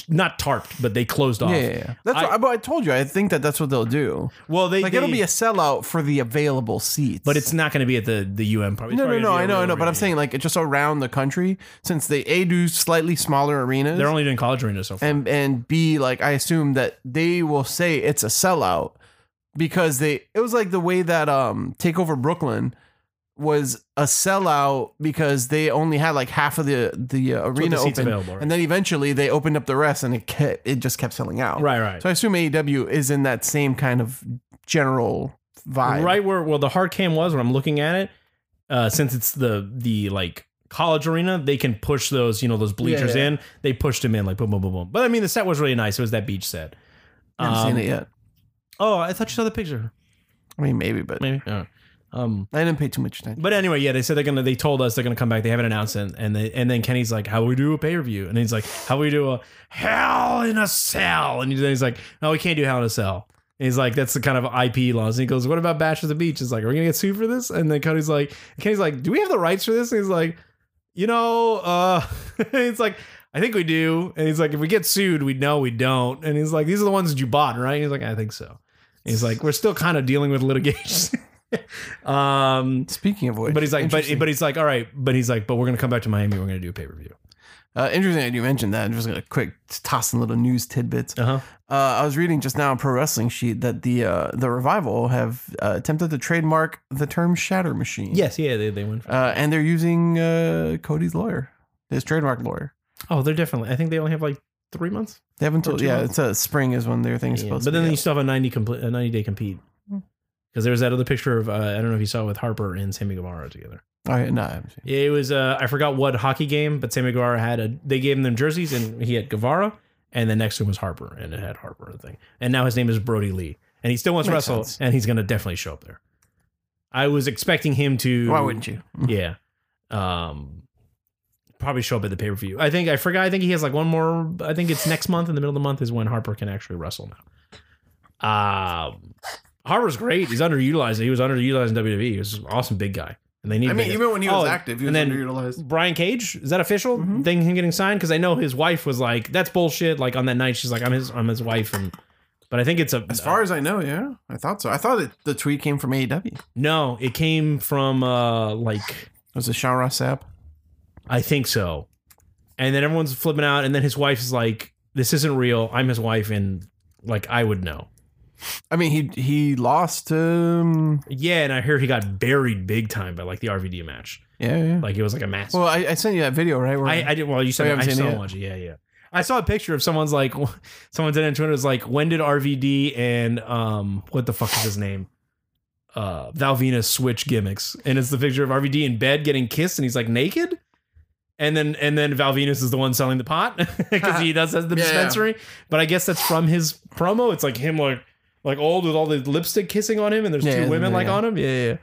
B: not tarped, but they closed off.
C: Yeah, yeah, yeah. That's
B: I-
C: what, but I told you. I think that that's what they'll do.
B: Well, they
C: like
B: they-
C: it'll be a sellout for the available seats.
B: but it's not going to be at the the UM part. It's
C: no, no,
B: probably
C: no.
B: gonna be
C: I know, I
B: around
C: know. But I'm
B: Miami.
C: saying like it's just around the country since they a do slightly smaller arenas.
B: they're only doing college arenas so far.
C: and and B like I assume that they will say it's a sellout because they it was like the way that um Takeover Brooklyn was a sellout because they only had like half of the the uh,
B: That's what
C: arena
B: the seats
C: open
B: available, right?
C: and then eventually they opened up the rest and it kept, it just kept selling out.
B: right, right.
C: So I assume AEW is in that same kind of general vibe.
B: right where well the hard cam was when I'm looking at it, uh, since it's the the like college arena, they can push those you know those bleachers
C: yeah.
B: in. They pushed him in like boom, boom, boom, boom. But I mean the set was really nice. It was that beach set.
C: I haven't
B: Um,
C: seen it yet.
B: Oh, I thought you saw the picture.
C: I mean, maybe, but
B: Maybe. Yeah. Um,
C: I didn't pay too much attention.
B: but anyway, yeah, they said they're gonna. They told us they're gonna come back. They haven't announced it, and they, and then Kenny's like, "How we do a pay per view?" And he's like, "How we do a Hell in a Cell?" And then he's like, "No, we can't do Hell in a Cell." And he's like, "That's the kind of IP laws." And he goes, "What about Bash at the Beach?" It's like, "Are we gonna get sued for this?" And then Cody's like, "Kenny's like, do we have the rights for this?" And he's like, "You know, uh," he's like. I think we do. And he's like, if we get sued, we know we don't. And he's like, these are the ones that you bought, right? And he's like, I think so. And he's like, we're still kind of dealing with litigation. um,
C: Speaking of which,
B: but he's like, but
C: interesting.
B: but he's like, all right, but he's like, but we're gonna come back to Miami. We're gonna do a pay per view.
C: uh, interesting that you mentioned that. I'm just gonna quick toss some little news tidbits.
B: Uh huh.
C: Uh, I was reading just now on Pro Wrestling Sheet that the uh, the revival have uh, attempted to trademark the term Shatter Machine.
B: Yes. Yeah. They they went. For
C: uh, and they're using uh, Cody's lawyer, his trademark lawyer.
B: oh, they're definitely. I think they only have like three months.
C: They haven't told.
B: two
C: Yeah,
B: months.
C: it's a spring is when their thing's
B: Yeah,
C: supposed.
B: But
C: to
B: then
C: be
B: you
C: out.
B: still have a ninety complete a ninety day compete.
C: Hmm.
B: Because there was that other picture of uh, I don't know if you saw it with Harper and Sammy Guevara together.
C: All right, no, I haven't seen it.
B: It was uh, I forgot what hockey game, but Sammy Guevara had a they gave them jerseys and he had Guevara, and the next one was Harper and it had Harper and thing. And now his name is Brody Lee, and he still wants to
C: Makes
B: wrestle,
C: sense.
B: and he's gonna definitely show up there. I was expecting him to.
C: Why wouldn't you?
B: yeah. Um probably show up at the pay-per-view. I think I forgot I think he has like one more I think it's next month in the middle of the month is when Harper can actually wrestle now. Um Harper's great. He's underutilized. He was underutilized in WWE. He was an awesome big guy. And they need
C: I mean,
B: big-
C: even when he was
B: Oh,
C: active, he
B: and
C: was
B: then-
C: underutilized.
B: Brian Cage, is that official?
C: Mhm.
B: Thing him getting signed? Because I know his wife was like, that's bullshit. Like on that night, she's like, I'm his I'm his wife and but I think it's a
C: As far as I know, yeah, I thought so. I thought that the tweet came from AEW. It
B: no, it came from uh like
C: was a Sean Ross Sapp.
B: I think so. And then everyone's flipping out, and then his wife is like, "This isn't real. I'm his wife, and like I would know."
C: I mean, he he lost. Um,
B: Yeah, and I hear he got buried big time by like the RVD match.
C: yeah, yeah.
B: Like it was like a mass.
C: Well, I, I sent you that video, right? Where
B: I, I didn't. Well, you
C: Oh,
B: said I
C: you haven't seen
B: still
C: it
B: don't
C: yet?
B: watch it. Yeah, yeah. I saw a picture of someone's like, someone did it on Twitter was like, "When did RVD and um what the fuck is his name?" Uh, Val Venus switch gimmicks, and it's the picture of RVD in bed getting kissed, and he's like naked, and then and then Val Venus is the one selling the pot because he does has the
C: Yeah, yeah.
B: dispensary. But I guess that's from his promo. It's like him like like old with all the lipstick kissing on him, and there's
C: Yeah,
B: two
C: yeah,
B: women
C: yeah,
B: like
C: yeah.
B: on him. Yeah, yeah. yeah.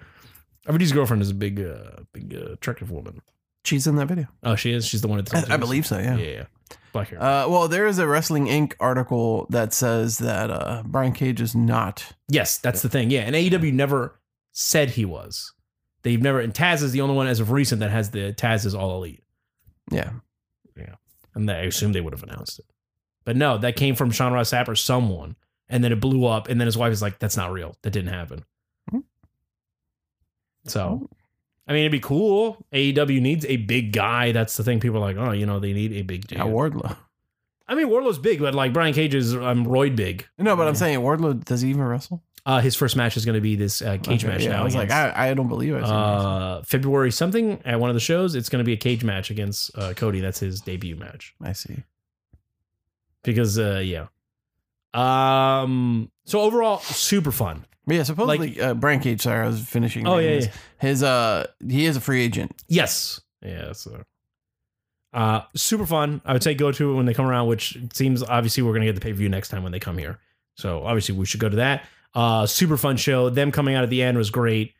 B: RVD's girlfriend is a big, uh, big uh, attractive woman.
C: she's in that video.
B: Oh, she is. She's the one at the
C: I, I believe so. Yeah.
B: yeah, yeah. Black hair.
C: Uh, well, there is a Wrestling Inc. article that says that uh, Brian Cage is not.
B: Uh, yes, that's the thing. Yeah, and AEW never said he was. They've never. And Taz is the only one as of recent that has the Taz is all elite,
C: Yeah.
B: and I assume they would have announced it. But no, that came from Sean Ross Sapp or someone, and then it blew up, and then his wife is like, "That's not real. That didn't happen." Mm-hmm.
C: Hmm.
B: So, I mean, it'd be cool. AEW needs a big guy. That's the thing. People are like, "Oh, you know, they need a big dude."
C: yeah, Wardlow.
B: I mean, Warlow's big, but like Brian Cage is um, roid big.
C: No, but
B: Yeah.
C: I'm saying Wardlow does he even wrestle?
B: Uh, his first match is going to be this uh, cage
C: Okay,
B: match
C: yeah,
B: now.
C: I was like,
B: against-
C: I, I don't believe I. Uh,
B: uh, February something at one of the shows. It's going to be a cage match against uh, Cody. That's his debut match
C: I see.
B: because uh, yeah. Um. So overall, super fun.
C: But yeah, supposedly uh, Brian Cage. Sorry, I was finishing.
B: Oh
C: reading
B: yeah,
C: this.
B: yeah.
C: His uh, he is a free agent.
B: Yes. Yeah. So Uh, super fun. I would say go to it when they come around, which it seems obviously we're gonna get the pay per view next time when they come here. So obviously we should go to that. Uh, super fun show. Them coming out at the end was great.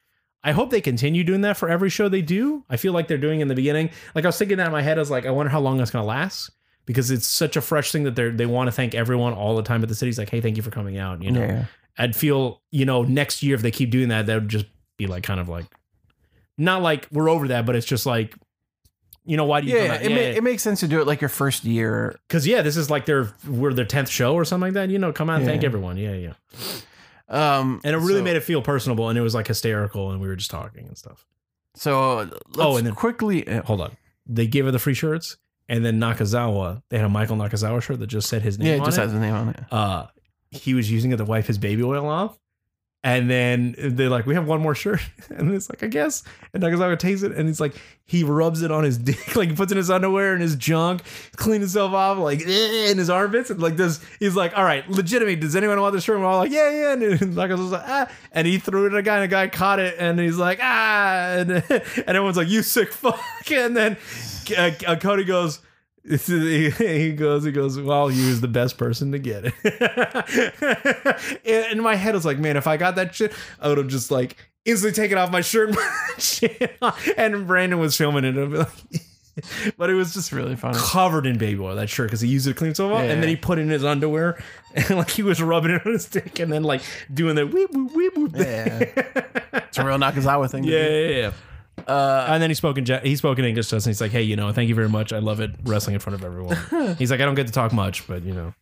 B: I hope they continue doing that for every show they do. I feel like they're doing in the beginning. Like I was thinking that in my head, I was like, I wonder how long that's gonna last because it's such a fresh thing that they they want to thank everyone all the time at the city's like, hey, thank you for coming out. You know,
C: yeah.
B: I'd feel, you know, next year if they keep doing that, that would just be like kind of like not like we're over that, but it's just like, you know, why do you
C: Yeah, it,
B: come
C: ma-
B: out?
C: it makes sense to do it like your first year.
B: Because yeah, this is like their we're their tenth show or something like that. You know, come out and thank
C: Yeah.
B: everyone. Yeah, yeah.
C: Um,
B: And it really
C: so-
B: made it feel personable and it was like hysterical and we were just talking and stuff.
C: So uh, let's
B: Oh, and then-
C: quickly. uh,
B: Hold on. They gave her the free shirts and then Nakazawa, they had a Michael Nakazawa shirt that just said his name
C: Yeah,
B: on
C: it just
B: it.
C: has the name on it.
B: uh he was using it to wipe his baby oil off. And then they're like, we have one more shirt. And it's like, I guess. And Nakazawa takes it and he's like, he rubs it on his dick, like he puts it in his underwear and his junk, clean himself off, like "Eh," in his armpits. And like this, he's like, all right, legitimate. Does anyone want this shirt? And we're all like, yeah, yeah. And Nakazawa's like, ah. And he threw it at a guy and a guy caught it and he's like, ah. And, and everyone's like, you sick fuck. And then uh, uh, Cody goes, he goes, he goes, well, you was the best person to get it. And in my head, I was like, man, if I got that shit, I would have just like instantly taken off my shirt and put shit on. and Brandon was filming it. And I'd be like, but it was just
C: It's really funny.
B: covered in baby oil, that shirt, because he used it to clean himself up.
C: Yeah.
B: And then he put it in his underwear and like he was rubbing it on his dick and then like doing the weep, weep, weep, weep. Yeah.
C: It's a real Nakazawa thing. to
B: Yeah,
C: do.
B: yeah, yeah.
C: Uh,
B: And then he spoke in Ja- he spoke in English to us, and he's like, "Hey, you know, thank you very much. I love it wrestling in front of everyone." he's like, "I don't get to talk much, but you know,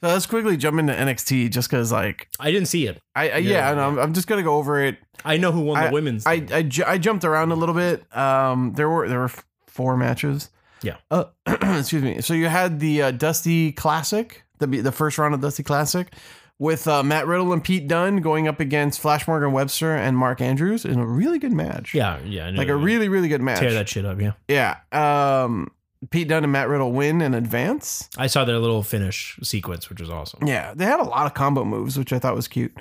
C: so let's quickly jump into NXT just because, like,
B: I didn't see it.
C: I, I yeah,
B: Yeah,
C: I know, I'm, I'm just gonna go over it.
B: I know who won the women's.
C: I,
B: thing.
C: I, ju- I jumped around a little bit. Um, there were there were f- four matches.
B: Yeah.
C: Uh, excuse me. So you had the uh, Dusty Classic, the the first round of Dusty Classic, with uh, Matt Riddle and Pete Dunne going up against Flash Morgan Webster and Mark Andrews in a really good match.
B: yeah, yeah, I knew
C: Like
B: it.
C: a really really good match.
B: tear that shit up. Yeah,
C: Yeah. Um, Pete Dunne and Matt Riddle win and advance.
B: I saw their little finish sequence, which was awesome.
C: Yeah, they had a lot of combo moves, which I thought was cute.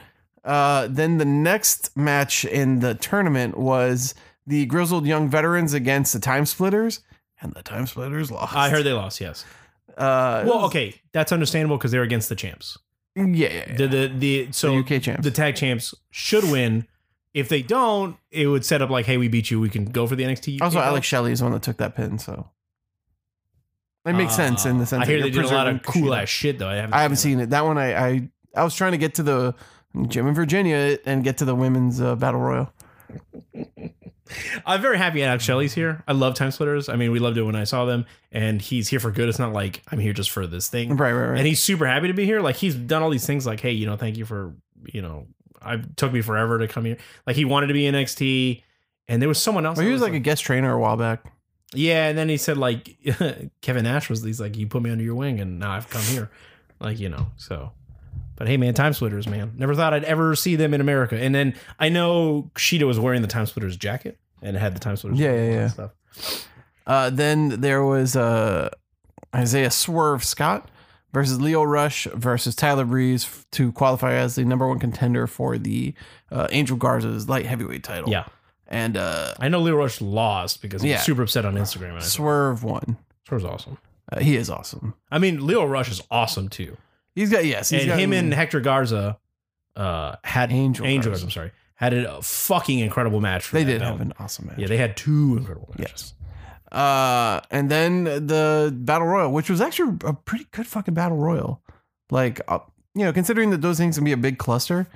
C: Uh, then the next match in the tournament was the Grizzled Young Veterans against the Time Splitters, and the Time Splitters lost.
B: I heard they lost. Yes.
C: Uh, it
B: Well,
C: was-
B: okay, that's understandable because they were against the champs.
C: Yeah, yeah, yeah.
B: The the the
C: The
B: so
C: UK champs.
B: the tag champs should win. If they don't, it would set up like, "Hey, we beat you. We can go for the NXT."
C: also,
B: title."
C: Alex Shelley is the one that took that pin, so it makes
B: Uh,
C: sense in the sense.
B: I
C: that
B: hear
C: you're
B: they did a lot of
C: preserving
B: cool
C: Kushida.
B: ass shit though. I haven't.
C: I haven't seen it. That one, I, I, I was trying to get to the gym in Virginia and get to the women's uh, battle royal.
B: I'm very happy Alex Shelley's here. I love Time Splitters. I mean, we loved it when I saw them, and he's here for good. It's not like I'm here just for this thing.
C: Right, right, right.
B: And he's super happy to be here. Like he's done all these things. Like, hey, you know, thank you for you know, I took me forever to come here. Like he wanted to be in NXT, and there was someone else.
C: Well, he
B: that
C: was like a guest trainer a while back.
B: yeah. And then he said like Kevin Nash was. He's like, you put me under your wing, and now I've come here. Like you know, so. But hey, man, Time Splitters, man. Never thought I'd ever see them in America. And then I know Sheeta was wearing the Time Splitters jacket and had the Time Splitters.
C: Yeah,
B: logo
C: yeah,
B: and
C: yeah.
B: Stuff.
C: Uh, then there was uh, Isaiah Swerve Scott versus Leo Rush versus Tyler Breeze f- to qualify as the number one contender for the uh, Angel Garza's light heavyweight title.
B: Yeah.
C: And uh,
B: I know Leo Rush lost because he
C: Yeah.
B: was super upset on Instagram. And I thought
C: Swerve won.
B: it was awesome.
C: Uh, he is awesome.
B: I mean, Leo Rush is awesome too.
C: He's got, yes. he's
B: and
C: got-
B: him and Hector Garza uh, had
C: Angel
B: Angel Garza,
C: Garza.
B: I'm sorry, had a fucking incredible match. For
C: They
B: that
C: did
B: belt.
C: have an awesome match.
B: Yeah, they had two incredible matches.
C: Uh, and then the battle royal, which was actually a pretty good fucking battle royal. Like, uh, you know, considering that those things can be a big cluster,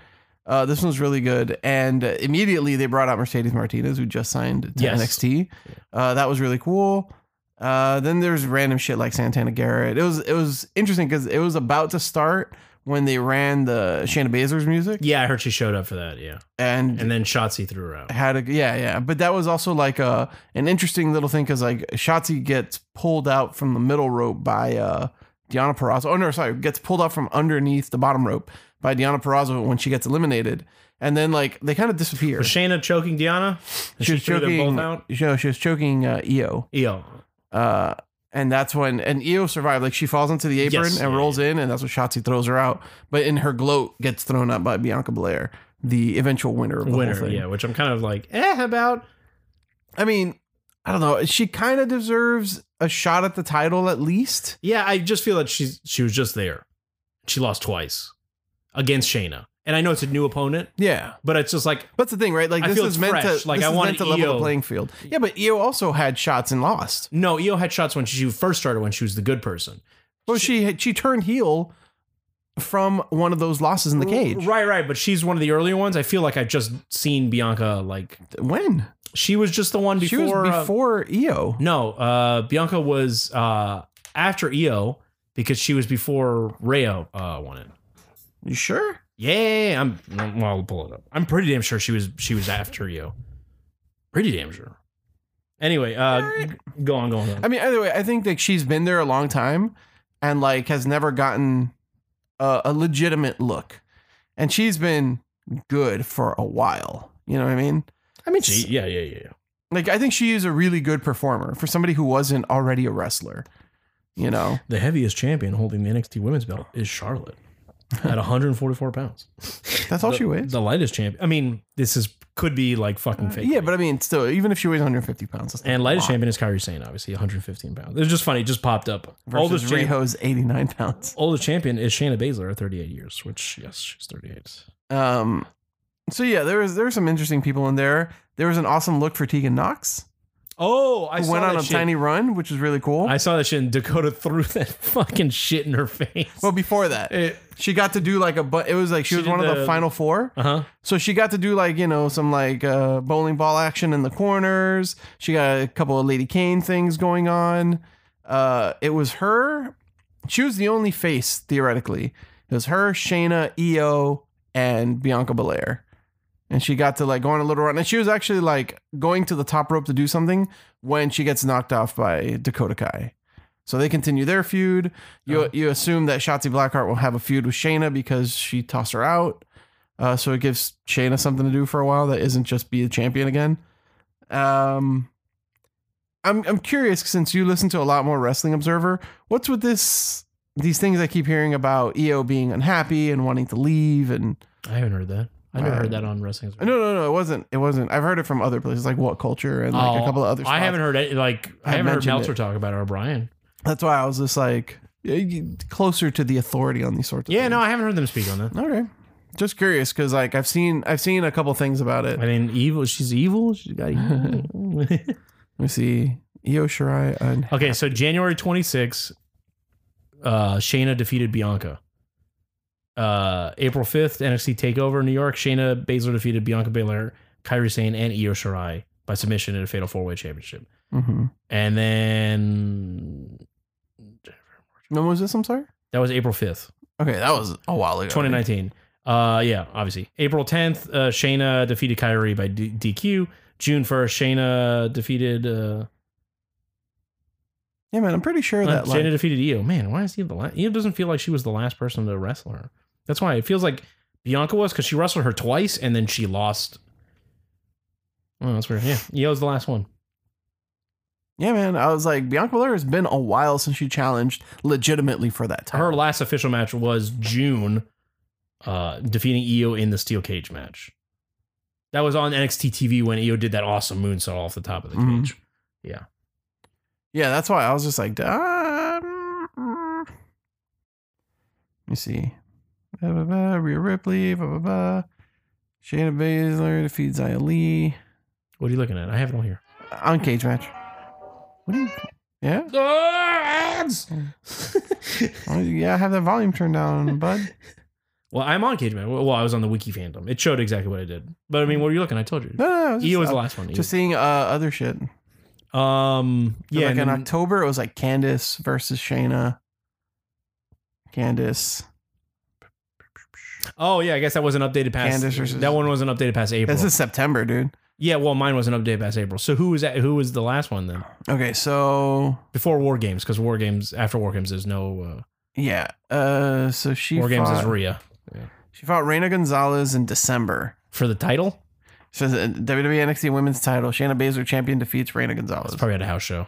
C: uh, this one's really good. And uh, immediately they brought out Mercedes Martinez, who just signed to
B: Yes.
C: NXT. Uh, that was really cool. Uh, then there's random shit like Santana Garrett. It was it was interesting because it was about to start when they ran the Shayna Baszler's music
B: Yeah, I heard she showed up for that. Yeah,
C: and
B: and then Shotzi threw her out.
C: had a yeah yeah but that was also like a an interesting little thing because like Shotzi gets pulled out from the middle rope by uh Diana Perazzo oh no sorry gets pulled out from underneath the bottom rope by Diana Perazzo when she gets eliminated and then like they kind of disappear
B: Was Shayna choking Diana? And
C: she was
B: threw them
C: choking
B: both out.
C: you know, she was choking uh, Io
B: Yo,
C: uh and that's when and Io survived like she falls into the apron
B: Yes,
C: and
B: yeah,
C: rolls in and that's when Shotzi throws her out but in her gloat gets thrown out by Bianca Belair the eventual winner of the whole
B: winner.
C: thing
B: Yeah, which I'm kind of like eh about.
C: I mean, I don't know. She kind of deserves a shot at the title at least.
B: Yeah, I just feel that she's she was just there. She lost twice against Shayna, and I know it's a new opponent,
C: Yeah.
B: but it's just like
C: But that's the thing, right? Like
B: I
C: this
B: feel
C: is
B: it's
C: meant
B: fresh.
C: to
B: Like,
C: this
B: I
C: is
B: want
C: meant to level
B: EO.
C: the playing field. Yeah, but Io also had shots and lost.
B: no. Io had shots when she first started when she was the good person.
C: Well, she she, turned heel from one of those losses in the cage.
B: Right, right. But she's one of the earlier ones. I feel like I've just seen Bianca like
C: When
B: she was just the one
C: she
B: before.
C: was
B: uh,
C: before Io.
B: no, uh, Bianca was uh, after Io because she was before Rayo uh, won it.
C: You sure?
B: Yeah, I'm. Well, I'll pull it up. I'm pretty damn sure she was. She was after you. Pretty damn sure. Anyway, uh,
C: Alright.
B: go on, go on. Go on.
C: I mean, either way, I think that she's been there a long time, and like has never gotten a, a legitimate look, and she's been good for a while. You know what I mean?
B: I mean, she, yeah, yeah, yeah. yeah.
C: Like I think she is a really good performer for somebody who wasn't already a wrestler. You know.
B: The heaviest champion holding the NXT Women's Belt is Charlotte at 144 pounds.
C: That's all
B: the,
C: she weighs. Uh,
B: The lightest champion. I mean, this is could be like fucking fake.
C: yeah, but I mean, still, even if she weighs 150 pounds, that's not
B: Uh, and lightest
C: a lot.
B: champion is Kyrie Sane, obviously 115 pounds. It's just funny. It just popped up.
C: versus
B: Oldest champ-
C: Riho's 89 pounds.
B: oldest champion is Shayna Baszler at 38 years, which yes, she's 38.
C: Um, so yeah, there was there were some interesting people in there. There was an awesome look for Tegan Knox,
B: Oh, I
C: who
B: saw
C: went on
B: that
C: a
B: shit.
C: tiny run, which is really cool.
B: I saw that shit and Dakota threw that fucking shit in her face.
C: well, before that,
B: It-
C: she got to do like a but it was like
B: She
C: she, was
B: did
C: one of the
B: the-
C: final four,
B: uh-huh.
C: so she got to do like you know some like uh, bowling ball action in the corners. She got a couple of Lady Kane things going on. Uh, it was her. She was the only face theoretically. It was her, Shayna, Io, and Bianca Belair. And she got to like go on a little run, and she was actually like going to the top rope to do something when she gets knocked off by Dakota Kai. So they continue their feud. You
B: Uh-huh.
C: you assume that Shotzi Blackheart will have a feud with Shayna because she tossed her out. Uh, so it gives Shayna something to do for a while that isn't just be a champion again. Um, I'm I'm curious since you listen to a lot more Wrestling Observer, what's with this these things I keep hearing about EO being unhappy and wanting to leave and
B: I haven't heard that. I never
C: Uh,
B: heard that on wrestling.
C: no no no it wasn't it wasn't I've heard it from other places like What Culture and like a
B: Oh,
C: couple of other spots.
B: I haven't heard it. Like I,
C: I
B: haven't heard
C: mentioned
B: Meltzer
C: it.
B: talk about it or Brian.
C: that's why I was just like eh, closer to the authority on these sorts of
B: Yeah,
C: things.
B: no, I haven't heard them speak on that.
C: Okay. Just curious because like I've seen I've seen a couple things about it.
B: I
C: Let
B: mean, evil. She's evil. She's got. evil.
C: me see. Io Shirai and
B: okay, so January 26, uh, Shayna defeated Bianca. Uh, April 5th, NXT Takeover New York. Shayna Baszler defeated Bianca Belair, Kyrie Sane, and Io Shirai by submission in a Fatal Four Way Championship.
C: Mhm.
B: And then
C: when was this? I'm sorry.
B: that was April 5th,
C: Okay, that was a while ago.
B: 2019. Uh, yeah, obviously. April 10th, uh, Shayna defeated Kyrie by D- DQ. June 1st, Shayna defeated uh,
C: Yeah, man, I'm pretty sure
B: uh,
C: that like,
B: Shayna defeated Io. Man, why is he the last? Io doesn't feel like she was the last person to wrestle her. That's why it feels like Bianca was because she wrestled her twice and then she lost. Oh, that's weird. Yeah, Io's the last one.
C: yeah, man, I was like Bianca Belair has been a while since she challenged legitimately for that time.
B: Her last official match was June, uh, defeating Io in the steel cage match. That was on NXT TV when Io did that awesome moonsault off the top of the
C: Mhm.
B: cage.
C: yeah, that's why I was just like, um, mm. let me see. Blah, blah, blah, Rhea Ripley, blah, blah, blah. Shayna Baszler defeats Zia Lee
B: What are you looking at? I have it on here.
C: on cage match. What do you? Yeah, Oh, yeah, have that volume turned down, bud.
B: well, I'm on cage match. Well, I was on the wiki fandom. It showed exactly what I did. But I mean, what are you looking? I told you.
C: No, no, no, it
B: Io E was
C: just,
B: the last one. Io.
C: just seeing uh, other shit.
B: um,
C: Yeah,
B: yeah,
C: like
B: and
C: in
B: then-
C: October, it was like Candace versus Shayna. Candace.
B: oh yeah, I guess that wasn't updated past.
C: Candace versus-
B: that one wasn't updated past April.
C: This is September, dude.
B: yeah, well, mine wasn't updated past April. So who was that? Who was the last one then?
C: Okay, so
B: before War Games, because War Games after War Games, there's no
C: yeah, uh, so
B: uh,
C: she
B: War
C: fought,
B: Games is Rhea
C: she fought Reina Gonzalez in December.
B: for the title.
C: Says uh, WWE NXT Women's Title. Shayna Baszler champion defeats Reina
B: It's
C: Gonzalez.
B: probably at a house show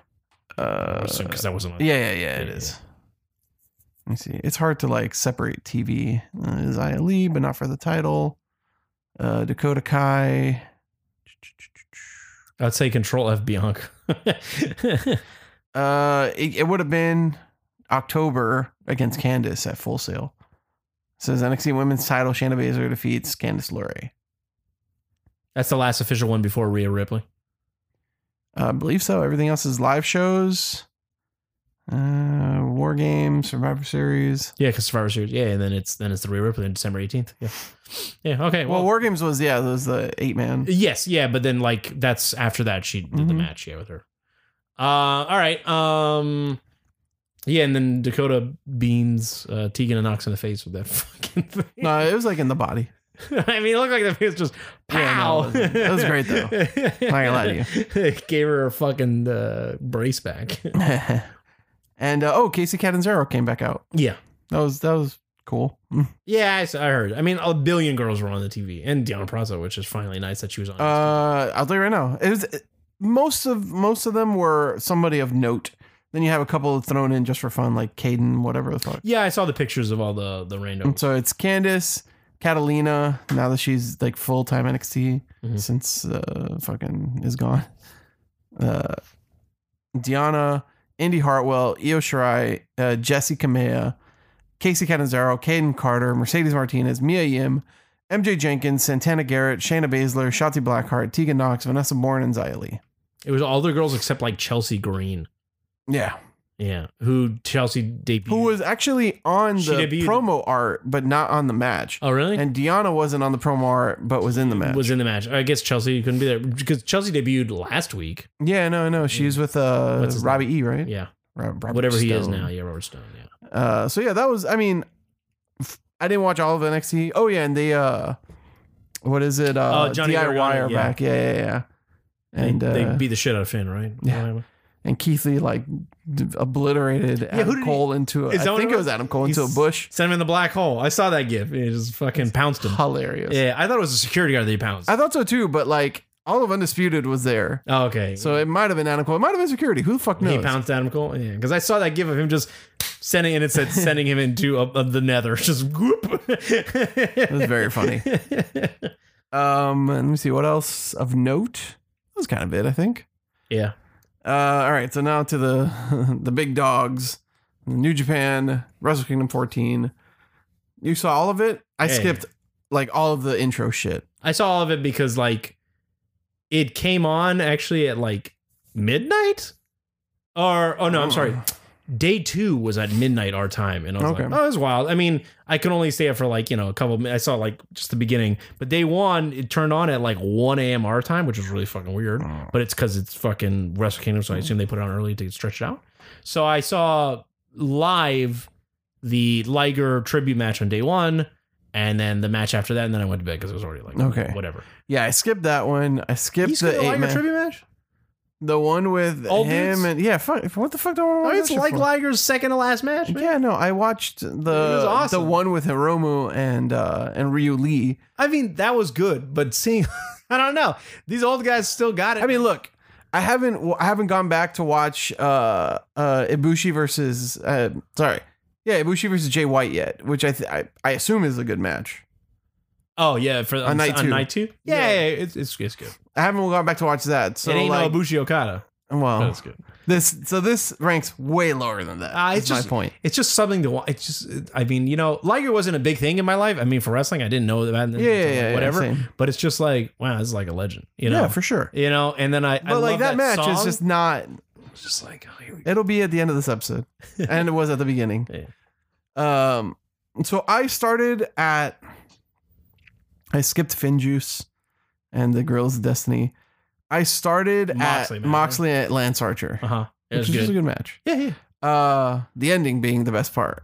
C: uh,
B: because that wasn't. on-
C: yeah, yeah, yeah, it
B: Yeah,
C: is. Let me see. It's hard to like separate TV. Uh, Zia Lee, but not for the title. Uh, Dakota Kai.
B: I'd say Control F Bianca.
C: Uh, it, it would have been October against Candice at Full Sail. It says NXT Women's Title: Shayna Baszler defeats Candice LeRae.
B: That's the last official one before Rhea Ripley.
C: Uh, I believe so. Everything else is live shows, uh, War Games, Survivor Series.
B: Yeah, because Survivor Series. Yeah, and then it's then it's the Rhea Ripley on December eighteenth. Yeah. Yeah. Okay.
C: Well,
B: Well.
C: War Games was yeah, it was the eight man.
B: yes. Yeah. But then like that's after that she did the
C: Mhm.
B: match. Yeah, with her. Uh. All right. Um. Yeah, and then Dakota beans uh, Tegan and Knox in the face with that fucking thing.
C: No, it was like in the body.
B: I mean, it looked like the face just
C: Yeah,
B: pow.
C: no, it wasn't. It was great, though.
B: Not
C: gonna lie to
B: you. It gave her a fucking uh, brace back.
C: and uh, oh, Casey Catanzaro came back out.
B: yeah.
C: That was that was cool. Mm.
B: Yeah, I, s- I heard. I mean, a billion girls were on the TV, and Deanna Prazo, which is finally nice that she was on.
C: Uh, I'll tell you right now, it was most of most of them were somebody of note. Then you have a couple thrown in just for fun, like Caden, whatever the fuck.
B: yeah, I saw the pictures of all the the
C: And
B: randoms.
C: so it's Candace, Catalina. Now that she's like full time NXT
B: Mhm.
C: since uh, fucking is gone. Uh, Diana, Indy Hartwell, Io Shirai, uh, Jesse Kamea, Casey Catanzaro, Caden Carter, Mercedes Martinez, Mia Yim, MJ Jenkins, Santana Garrett, Shayna Baszler, Shotzi Blackheart, Tegan Knox, Vanessa Bourne, and Xia Li.
B: It was all the girls except like Chelsea Green.
C: Yeah.
B: Yeah, who Chelsea debuted.
C: Who was actually on
B: She
C: the
B: debuted-
C: promo art, but not on the match.
B: Oh, really?
C: And Diana wasn't on the promo art, but was in the match.
B: Was in the match. I guess Chelsea couldn't be there because Chelsea debuted last week.
C: Yeah, no, no. She's with uh
B: What's his
C: Robbie E, right?
B: Yeah,
C: Rob- Robert
B: whatever he is
C: Stone.
B: now. Yeah, Robert Stone. Yeah.
C: Uh, so yeah, that was. I mean, f- I didn't watch all of NXT. Oh yeah, and they uh, what is it? Uh,
B: Oh, Johnny
C: DIY
B: Gargano,
C: are
B: yeah.
C: back. Yeah, yeah, yeah.
B: And
C: And
B: they
C: uh,
B: beat the shit out of Finn, right?
C: Yeah. and Keith Lee like d- obliterated
B: who
C: Adam
B: did he-
C: Cole into. A,
B: Is that
C: I
B: what
C: think
B: it
C: it was Adam Cole into a
B: He's-
C: bush.
B: Sent him in the black hole. I saw that gif. It just fucking pounced him.
C: Hilarious.
B: Yeah, I thought it was a security guard that he pounced.
C: I thought so too, but like all of Undisputed was there,
B: oh, okay.
C: so it might have been Adam Cole. It might have been security. Who the fuck
B: he
C: knows?
B: pounced Adam Cole. Yeah, because I saw that gif of him just sending, and it said sending him into uh, uh, the nether. Just whoop. it
C: was very funny. Um, let me see what else of note. That was kind of it, I think.
B: yeah.
C: Uh, all right, so now to the the big dogs, New Japan, Wrestle Kingdom 14. You saw all of it. I
B: Yeah.
C: skipped like all of the intro shit.
B: I saw all of it because like it came on actually at like midnight, or oh no, I'm sorry. Day two was at midnight our time, and I was
C: Okay.
B: like, "Oh, that's wild." I mean, I could only stay up for like you know a couple. Of, min- I saw like just the beginning, but day one it turned on at like one a.m. our time, which was really fucking weird. But it's because it's fucking Wrestle Kingdom, so I assume they put it on early to stretch it out. So I saw live the Liger tribute match on day one, and then the match after that, and then I went to bed because it was already like
C: Okay.
B: whatever.
C: Yeah, I skipped that one. I skipped
B: You skipped
C: the
B: the
C: eight
B: Liger
C: man,
B: tribute
C: match. The one with
B: All
C: him
B: dudes?
C: and yeah, fuck. What the fuck do I want
B: Oh,
C: to
B: it's like Liger's second to last match. Man.
C: Yeah, no, I watched the
B: awesome.
C: the one with Hiromu and uh and Ryu Lee.
B: I mean, that was good, but seeing, I don't know, these old guys still got it.
C: I mean, look, I haven't w- I haven't gone back to watch uh uh Ibushi versus uh sorry. Yeah, Ibushi versus Jay White yet, which I th- I, I assume is a good match.
B: oh yeah, for on,
C: night
B: night, on
C: two.
B: two. night two, yeah, yeah, yeah, it's, it's it's good.
C: I haven't gone back to watch that. So
B: it ain't
C: like,
B: no Ibushi Okada. but
C: well,
B: it's good.
C: this so this ranks way lower than that.
B: Uh,
C: That's
B: it's just-
C: my point.
B: It's just something to watch. It's just, it- I mean, you know, Liger wasn't a big thing in my life. I mean, for wrestling, I didn't know about it.
C: Yeah, yeah, yeah, yeah,
B: whatever.
C: same.
B: but it's just like, wow, this is like a legend. You know,
C: yeah, for sure.
B: you know. And then I, I
C: But like
B: love
C: that, match is
B: song.
C: just not.
B: It's just like, oh, here we go.
C: It'll be at the end of this episode, and it was at the beginning. Um, so I started at. I skipped Fin Juice, and the Girls of Destiny. I started
B: Moxley,
C: at
B: man.
C: Moxley at Lance Archer,
B: Uh huh. It was
C: which was just a
B: good.
C: good match.
B: Yeah, yeah.
C: Uh, the ending being the best part.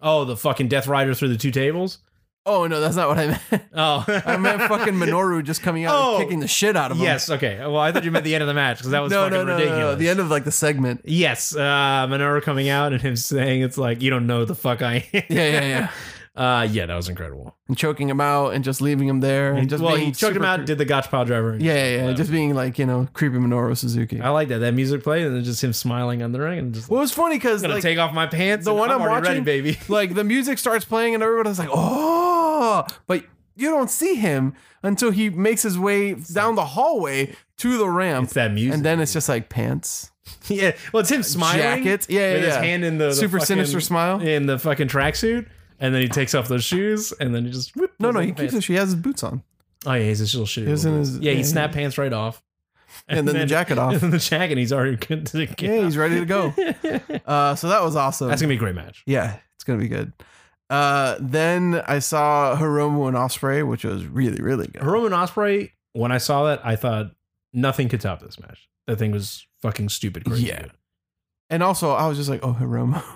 B: Oh, the fucking Death Rider through the two tables.
C: Oh no, that's not what I meant.
B: Oh,
C: I meant fucking Minoru just coming out
B: Oh,
C: and kicking the shit out of him.
B: Yes. Okay. Well, I thought you meant the end of the match because that was
C: No,
B: fucking
C: no, no, no,
B: ridiculous.
C: no. The end of like the segment.
B: Yes, uh, Minoru coming out and him saying it's like you don't know the fuck I am.
C: Yeah, yeah, yeah.
B: Uh, yeah, that was incredible.
C: And choking him out and just leaving him there and just
B: well,
C: being
B: he choked him
C: super
B: out,
C: cre-
B: did the gotch pile driver.
C: yeah, yeah, yeah. Just being like you know creepy Minoru Suzuki.
B: I like that. That music played and then just him smiling on the ring and just
C: Well,
B: like,
C: it was funny because
B: gonna
C: like,
B: take off my pants.
C: the
B: and
C: one
B: I'm
C: I'm
B: already
C: watching-
B: ready, baby.
C: like the music starts playing and everybody's like, oh, but you don't see him until he makes his way down the hallway to the ramp,
B: It's that music.
C: and then it's just like pants,
B: yeah. Well, it's him smiling.
C: jacket, yeah,
B: with
C: yeah,
B: his
C: yeah.
B: hand in the, the
C: super
B: fucking-
C: sinister smile.
B: in the fucking tracksuit, and then he takes off those shoes, and then he just whoop,
C: No,
B: those
C: no,
B: little
C: he keeps
B: pants.
C: his. He has his boots on,
B: Oh yeah, he's his little shoe.
C: It was in his-
B: yeah,
C: yeah,
B: he snapped
C: yeah.
B: pants right off,
C: and, then, the jacket
B: and
C: off.
B: then the jacket. He's already good to get
C: yeah, he's
B: out.
C: ready to go. Uh, so that was awesome.
B: That's gonna be a great match.
C: yeah, it's gonna be good. Uh, then I saw Hiromu and Osprey, which was really, really good.
B: Roman Osprey. When I saw that, I thought nothing could top this match. That thing was fucking stupid. Crazy.
C: Yeah. and also, I was just like, oh, Hiromu.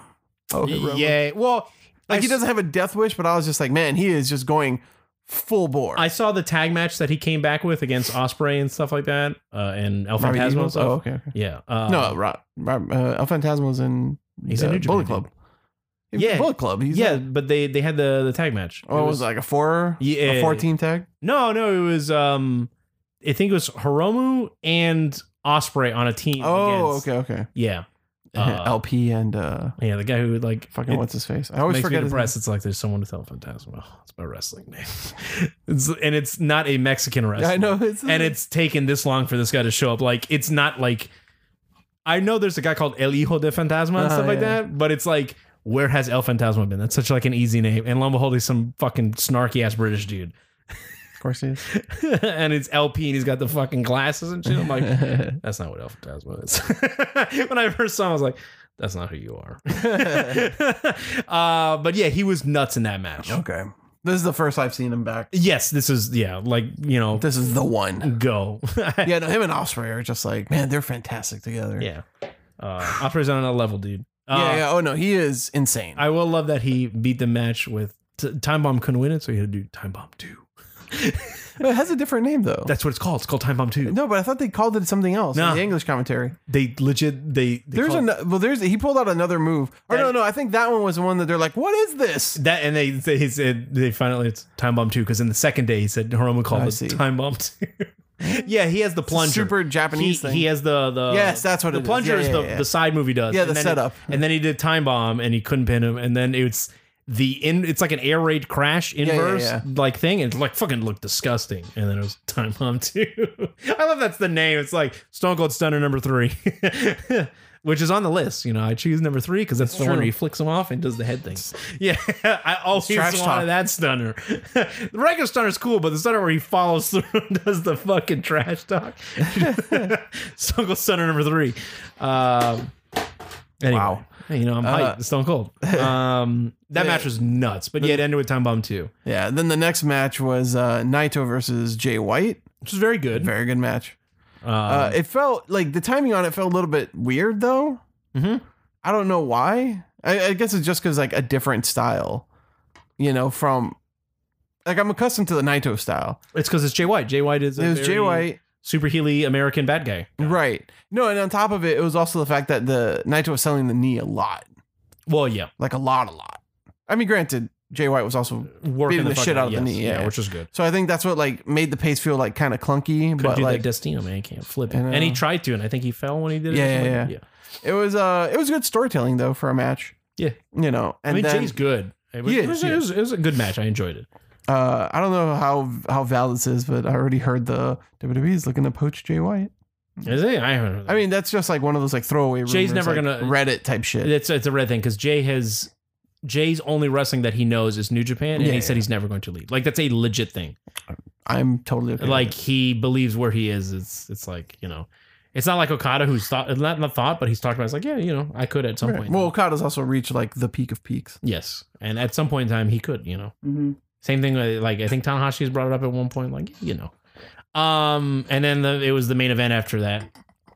C: Oh, Hiromu.
B: yeah. Well, I
C: Like, he
B: s-
C: doesn't have a death wish, but I was just like, man, he is just going full bore.
B: I saw the tag match that he came back with against Osprey and stuff like that, uh, and El
C: Robbie
B: Phantasmo
C: Eagles?
B: and stuff.
C: Oh, okay. okay.
B: Yeah. Uh,
C: no, Rob, Rob, uh, El Phantasmo's in
B: He's
C: uh,
B: in New
C: Bullet
B: Japan,
C: Club. He was
B: Yeah.
C: Bullet Club. He's
B: yeah,
C: in-
B: but they they had the the tag match.
C: oh, it was, like a four,
B: Yeah.
C: a four team tag.
B: no, no, it was um, I think it was Hiromu and Osprey on a team.
C: Oh,
B: against-
C: okay, okay.
B: Yeah. Uh,
C: LP and uh,
B: Yeah, the guy who would like
C: fucking
B: it
C: what's his face? I always
B: makes me
C: forget his name.
B: depressed. It's like there's someone to tell Phantasmo. Oh, it's my wrestling name. it's, and it's not a Mexican wrestler.
C: I know it's
B: And it's taken this long for this guy to show up. Like it's not like I know there's a guy called El Hijo de Fantasma and
C: Uh-huh,
B: stuff like
C: yeah.
B: that, but it's like where has El Fantasma been? That's such like an easy name. And lo and behold, he's some fucking snarky ass British dude.
C: of course he is.
B: and it's LP and he's got the fucking glasses and shit. I'm like, that's not what El Fantasma is. when I first saw him, I was like, that's not who you are. uh, but yeah, he was nuts in that match.
C: okay, this is the first I've seen him back.
B: Yes, this is, yeah, like, you know,
C: This is the one.
B: go.
C: Yeah, no, him and Osprey are just like man, they're fantastic together.
B: yeah. Uh, Osprey's on another level, dude. Uh,
C: yeah, yeah. Oh no, he is insane.
B: I will love that he beat the match with t- Time Bomb couldn't win it, so he had to do Time Bomb 2.
C: it has a different name though.
B: That's what it's called. It's called Time Bomb 2.
C: no, but I thought they called it something else
B: No.
C: in the English commentary.
B: They legit, they, they
C: There's
B: call-
C: another. Well, there's he pulled out another move. Or
B: That-
C: no, no, I think that one was the one that they're like, what is this?
B: That and they they he said they finally it's time bomb two because in the second day he said Hiromu called
C: I
B: it
C: see.
B: time bomb two. yeah, he has the plunger.
C: Super Japanese
B: he,
C: thing.
B: he has the the
C: Yes, that's what
B: the
C: it is.
B: plunger
C: Yeah,
B: is
C: yeah,
B: the,
C: yeah.
B: the side movie does.
C: Yeah,
B: And
C: the
B: then-
C: setup.
B: And then he did time bomb and he couldn't pin him. And then it's the in it's like an air raid crash
C: yeah,
B: inverse
C: yeah.
B: like thing and it, like fucking looked disgusting. And then it was time bomb two. I love that's the name. It's like Stone Cold Stunner number three. Which is on the list, you know. I choose number three because that's the one
C: true.
B: where he flicks him off and does the head thing. Yeah, I always
C: trash
B: wanted
C: talk.
B: that stunner. the regular stunner's cool, but the stunner where he follows through and does the fucking trash talk. Stone Cold Stunner number three. Um, anyway,
C: Wow.
B: you know I'm hyped.
C: Uh,
B: It's Stone Cold. Um, that
C: Yeah.
B: match was nuts, but yeah, it ended with time bomb too,
C: Yeah. Then the next match was uh, Naito versus Jay White.
B: which was very good.
C: Very good match.
B: Uh,
C: Uh, it felt like the timing on it felt a little bit weird though.
B: Mhm.
C: I don't know why. I, I guess it's just because like a different style, you know, from like I'm accustomed to the Naito style.
B: it's because it's Jay White. Jay White is a
C: It was Jay
B: very
C: White,
B: super heely American bad guy.
C: right? No, and on top of it, it was also the fact that the Naito was selling the knee a lot,
B: Well, yeah,
C: like a lot, a lot. I mean, granted, Jay White was also
B: working
C: Beating the
B: fuck
C: shit out of the knee, yeah.
B: which is good.
C: so I think that's what like made the pace feel like kind of clunky,
B: Could
C: but
B: do
C: like
B: that Destino man, he can't flip it,
C: I know.
B: and he tried to, and I think he fell when he did it. or
C: Yeah, yeah,
B: something.
C: yeah. it was uh it was good storytelling though for a match.
B: Yeah.
C: you know, and
B: I mean,
C: then,
B: Jay's good. It was,
C: He
B: it, was,
C: is,
B: it,
C: he
B: was, it was a good match. I enjoyed it.
C: Uh, I don't know how how valid this is, but I already heard the WWE is looking to poach Jay White.
B: Is it? I haven't.
C: Mm-hmm. I mean, that's just like one of those like throwaway.
B: Jay's
C: rumors,
B: never
C: like,
B: gonna-
C: Reddit type shit.
B: it's it's a red thing because Jay has Jay's only wrestling that he knows is New Japan, and
C: Yeah,
B: he
C: yeah.
B: said he's never going to leave. Like that's a legit thing.
C: I'm totally okay. with
B: Like
C: it.
B: he believes where he is. It's it's like you know, it's not like Okada who's thought not not thought, but he's talked about. It's like yeah, you know, I could at some
C: Right.
B: point.
C: well, Okada's also reached like the peak of peaks.
B: yes, and at some point in time he could. You know,
C: Mm-hmm.
B: same thing. with, Like I think Tanahashi's brought it up at one point. Like you know, um, and then the, it was the main event after that.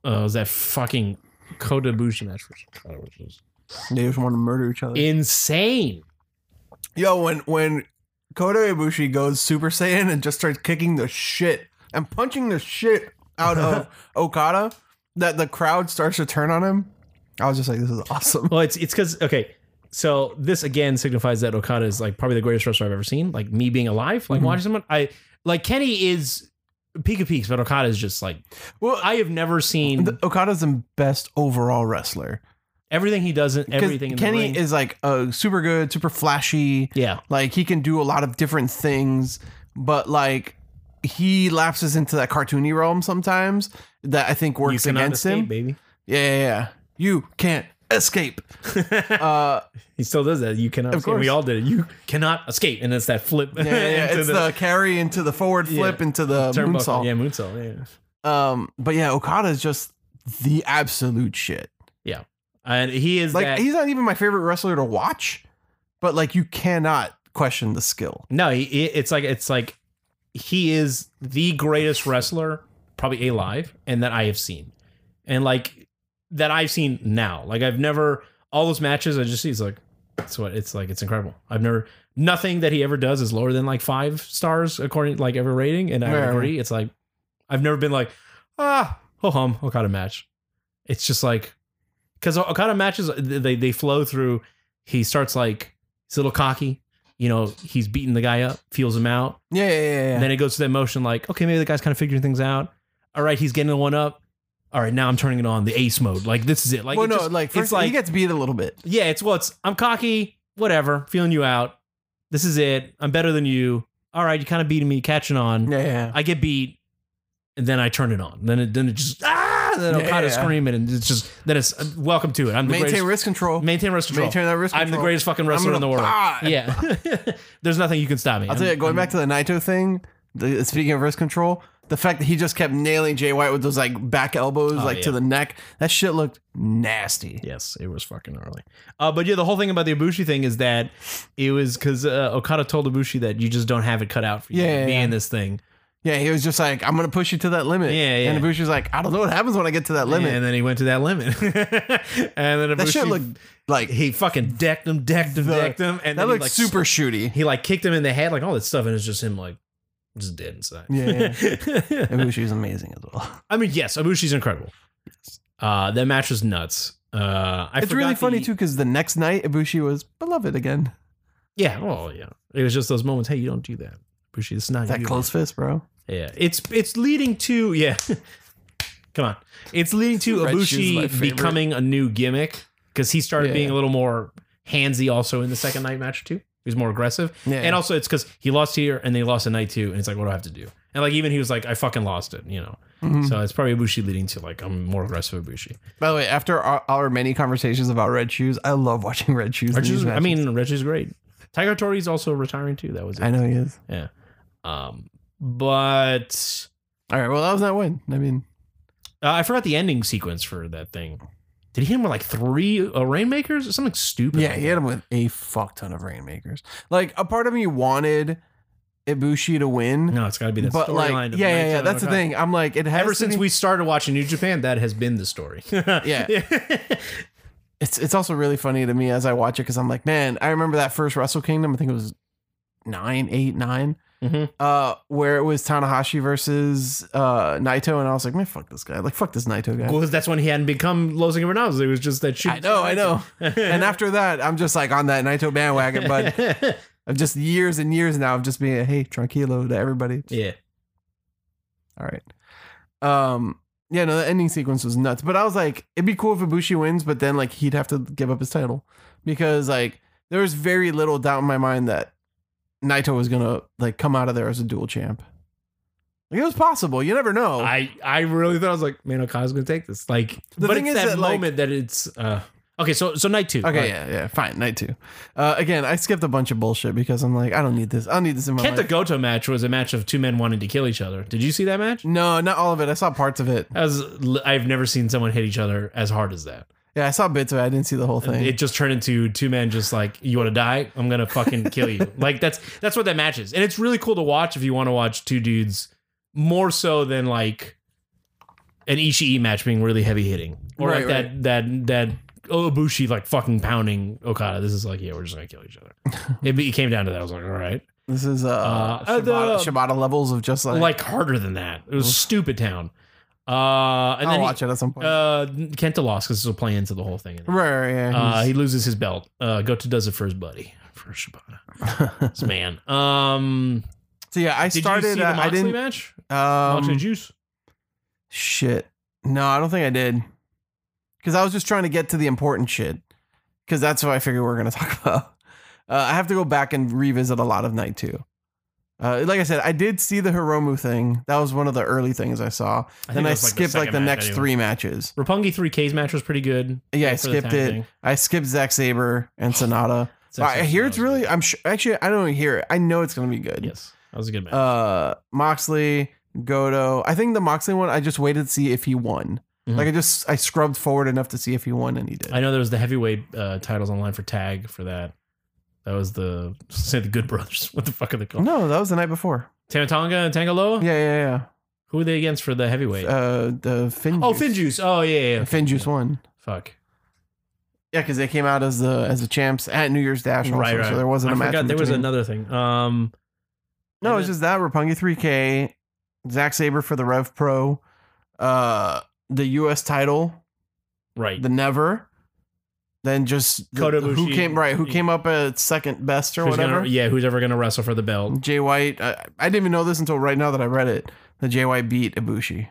B: Uh, was that fucking Kota Ibushi match, which, which was
C: They just want to murder each other.
B: insane.
C: Yo, when when Kota Ibushi goes Super Saiyan and just starts kicking the shit and punching the shit out of Okada, that the crowd starts to turn on him. I was just like, this is awesome.
B: Well, it's it's because okay. So this again signifies that Okada is like probably the greatest wrestler I've ever seen. Like me being alive, like
C: Mhm.
B: watching someone, I like Kenny is peak of peaks, but Okada is just like
C: Well,
B: I have never seen
C: the, Okada's the best overall wrestler.
B: everything he does in
C: 'Cause
B: everything. In
C: Kenny
B: the ring.
C: is like uh, super good, super flashy.
B: yeah,
C: Like he can do a lot of different things, but like he lapses into that cartoony realm sometimes that I think works
B: cannot
C: against
B: escape,
C: him.
B: baby.
C: Yeah, yeah, yeah. You can't escape. Uh,
B: he still does that. You cannot.
C: Of
B: escape. We
C: course.
B: all did it. You cannot escape, and it's that flip.
C: yeah, yeah, yeah.
B: into
C: it's the, carry into the forward
B: Yeah.
C: flip into the
B: turnbuckle.
C: moonsault.
B: Yeah, moonsault. Yeah.
C: Um, but yeah, Okada is just the absolute shit.
B: And he is
C: Like
B: that,
C: he's not even my favorite wrestler to watch, but like you cannot question the skill.
B: No, he, he- it's like it's like he is the greatest wrestler probably alive and that I have seen, and like that I've seen now. Like I've never all those matches I just see. It's like it's what it's like. It's incredible. I've never nothing that he ever does is lower than like five stars according to like every rating, and I
C: Yeah.
B: agree. It's like I've never been like ah ho hum Okada match. It's just like because Okada matches they they flow through. He starts like he's a little cocky. You know, he's beating the guy up, feels him out.
C: Yeah, yeah, yeah. yeah.
B: And then it goes to that motion like, okay, maybe the guy's kind of figuring things out. All right, he's getting the one up. All right, now I'm turning it on the ace mode. Like this is it. Like
C: well,
B: it
C: no,
B: just-
C: like
B: it's
C: first
B: like
C: he gets beat a little bit.
B: yeah, it's well, it's I'm cocky, whatever, feeling you out. This is it. I'm better than you. All right, you kind of beating me, catching on.
C: Yeah, yeah.
B: I get beat, and then I turn it on. Then it then it just ah, then
C: Yeah,
B: I'm kind of
C: yeah.
B: screaming, and it's just then it's uh, welcome to it. I'm the
C: Maintain
B: greatest.
C: risk control.
B: maintain wrist control.
C: Maintain that risk
B: I'm the
C: control.
B: greatest fucking wrestler
C: gonna
B: in the world.
C: die.
B: Yeah, there's nothing you can stop me.
C: I'll tell you, going back to the Naito thing, the, speaking of risk control, the fact that he just kept nailing Jay White with those like back elbows, like to
B: yeah.
C: the neck, that shit looked nasty.
B: Yes, it was fucking gnarly. Uh, but yeah, the whole thing about the Ibushi thing is that it was because uh, Okada told Ibushi that you just don't have it cut out for you
C: Yeah, yeah,
B: being
C: yeah.
B: this thing.
C: Yeah, he was just like, I'm gonna push you to that limit.
B: Yeah, yeah.
C: And Ibushi's like, I don't know what happens when I get to that limit.
B: And then he went to that limit. and then Ibushi,
C: that shit looked like
B: he fucking decked him, decked him,
C: The-
B: decked him, and
C: that
B: then he,
C: looked
B: like,
C: super shooty.
B: He like kicked him in the head, like all this stuff, and it's just him like just dead inside.
C: Yeah, Ibushi's amazing as well.
B: I mean, yes, Ibushi's incredible. Uh, that match was nuts. Uh, I
C: it's really
B: forgot
C: funny
B: the-
C: too because the next night Ibushi was beloved again.
B: Yeah, well, yeah. It was just those moments. Hey, you don't do that, Ibushi. It's not
C: That
B: you.
C: close fist, bro.
B: Yeah, it's it's leading to yeah. Come on, it's leading to
C: Red shoe's my
B: Ibushi
C: favorite.
B: becoming a new gimmick because he started
C: Yeah.
B: being a little more handsy also in the second night match too. He was more aggressive,
C: Yeah.
B: and also it's because he lost here and they lost a night two, and it's like what do I have to do? And like even he was like I fucking lost it, you know.
C: Mhm.
B: So it's probably Ibushi leading to like I'm more aggressive Ibushi.
C: By the way, after our, our many conversations about red shoes, I love watching red shoes. in these
B: Reggie's, I
C: matches.
B: mean Reggie's great. Tiger Tori's also retiring too. That was
C: I
B: it.
C: know he is.
B: Um, but
C: All right, well, that was not win. I mean,
B: Uh, I forgot the ending sequence for that thing. Did he hit him with like three uh, rainmakers or something stupid?
C: yeah,
B: like
C: he hit him with a fuck ton of rainmakers. Like a part of me wanted Ibushi to
B: that?
C: win,
B: No, it's got to be that
C: but like, yeah,
B: storyline. of
C: yeah, yeah,
B: Naito and
C: That's the
B: Okada.
C: thing. I'm like, it has
B: Ever
C: to
B: since
C: be-
B: we started watching New Japan, that has been the story.
C: Yeah. It's it's also really funny to me as I watch it because I'm like, man, I remember that first Wrestle Kingdom. I think it was nine, eight, nine.
B: Mhm.
C: Uh, where it was Tanahashi versus uh Naito, and I was like, man, fuck this guy. Like, fuck this Naito guy.
B: Well, 'cause that's when he hadn't become Los Ingobernables. It was just that shit.
C: I know, I know. and after that, I'm just like on that Naito bandwagon, but I've just years and years now of just being hey tranquilo to everybody.
B: yeah.
C: All right. Um. Yeah. No, the ending sequence was nuts. But I was like, it'd be cool if Ibushi wins, but then like he'd have to give up his title because like there was very little doubt in my mind that Naito was gonna like come out of there as a dual champ. Like, it was possible. You never know.
B: I, I really thought I was like, man, Okada's going to take this. Like,
C: The
B: but
C: thing
B: it's
C: is
B: that,
C: that, like-
B: moment that it's. Uh, okay, so so night two.
C: okay.
B: right?
C: Yeah. Yeah. Fine. Night two. Uh, again, I skipped a bunch of bullshit because I'm like, I don't need this. I don't need this in my life.
B: Kenta Goto match was a match of two men wanting to kill each other. Did you see that match?
C: no, not all of it. I saw parts of it.
B: As I've never seen someone hit each other as hard as that.
C: Yeah, I saw bits of it. I didn't see the whole thing.
B: It just turned into two men just like, you want to die? I'm gonna fucking kill you. like that's that's what that match is, and it's really cool to watch if you want to watch two dudes more so than like an Ishii match being really heavy hitting or like that
C: Right,
B: that that Obushi like fucking pounding Okada. This is like, yeah, we're just gonna kill each other. it, it came down to that. I was like, all right.
C: This is uh,
B: Uh,
C: Shibata,
B: the-
C: Shibata levels of just like,
B: like, harder than that. It was stupid town. Uh, and
C: I'll
B: then
C: watch it at some
B: he,
C: point.
B: uh, Kenta lost because this will play into the whole thing.
C: right, right, yeah.
B: Uh, he loses his belt. Uh, Goto does it for his buddy, for Shibata. This man. Um,
C: so yeah, I
B: did
C: started.
B: you see the
C: uh, I
B: Moxley
C: didn't.
B: match? Moxley
C: Um,
B: Juice.
C: shit. No, I don't think I did. Because I was just trying to get to the important shit. Because that's what I figured we are gonna talk about. Uh, I have to go back and revisit a lot of night two. Uh, like I said, I did see the Hiromu thing. That was one of the early things I saw.
B: I think
C: then
B: it
C: I
B: was, like, the
C: skipped like
B: second
C: the
B: match
C: next
B: anyway.
C: three matches.
B: Rapungi 3K's match was pretty good.
C: Yeah, I
B: for the
C: skipped
B: time
C: it.
B: being.
C: I skipped Zack Saber and Sonata. I hear it's really. I'm sure. Actually, I don't hear it. I know it's gonna be good.
B: Yes, that was a good match.
C: Uh, Moxley, Goto. I think the Moxley one. I just waited to see if he won.
B: Mhm.
C: Like I just I scrubbed forward enough to see if he won, and he did.
B: I know there was the heavyweight uh, titles online for tag for that. That was the say the Good Brothers. What the fuck are they called?
C: no, that was the night before.
B: Tanatonga and Tangaloa.
C: Yeah, yeah,
B: Who are they against for the heavyweight?
C: yeah. Uh, the Finn.
B: oh, Finjuice. Oh yeah, yeah. yeah.
C: Finjuice won.
B: Fuck.
C: Yeah, because they came out as the as the champs at New Year's Dash. Also,
B: Right, right.
C: So there wasn't
B: I
C: a match.
B: forgot
C: in
B: there was
C: between.
B: another thing. Um,
C: No, it's just that Rapungi 3K, Zack Saber for the Rev Pro, uh, the U.S. title,
B: right.
C: the Never, then just the-
B: Kota
C: who
B: Ibushi.
C: came right, who came up at second best or
B: Who's
C: whatever.
B: Gonna, yeah, who's ever gonna wrestle for the belt?
C: Jay White, I, I didn't even know this until right now that I read it. That Jay White beat Ibushi.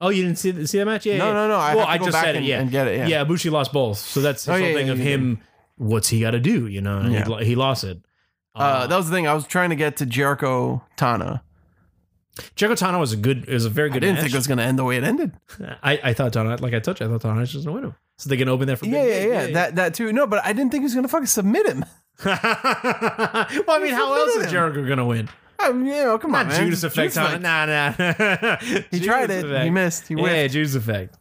B: Oh, you didn't see see that match? Yeah.
C: no,
B: yeah.
C: no, no. I
B: Well,
C: have to
B: I
C: go
B: just
C: back
B: said it,
C: and,
B: yeah.
C: and get it.
B: yeah.
C: Yeah.
B: Ibushi lost both, so that's his
C: Oh,
B: whole
C: yeah,
B: thing
C: yeah,
B: of
C: yeah,
B: him. What's he got to do? You know, and
C: Yeah.
B: he, lo- he lost it. Uh-huh.
C: Uh, that was the thing. I was trying to get to Jericho Tana.
B: Jericho Tana was a good, is a very
C: I
B: good.
C: didn't
B: match.
C: think it was going to end the way it ended.
B: I, I thought Tana, like I told you, I thought Tana was just gonna win him. So they can open that for
C: Yeah,
B: Big
C: yeah,
B: Dave.
C: yeah, That that too. No, but I didn't think he was going to fucking submit him.
B: well, I mean, how else is Jericho gonna win?
C: I mean, you know, come
B: Not
C: on, man.
B: Judas effect. Tana. Nah, nah.
C: He tried it. He missed. He
B: Yeah,
C: whiffed.
B: Judas effect.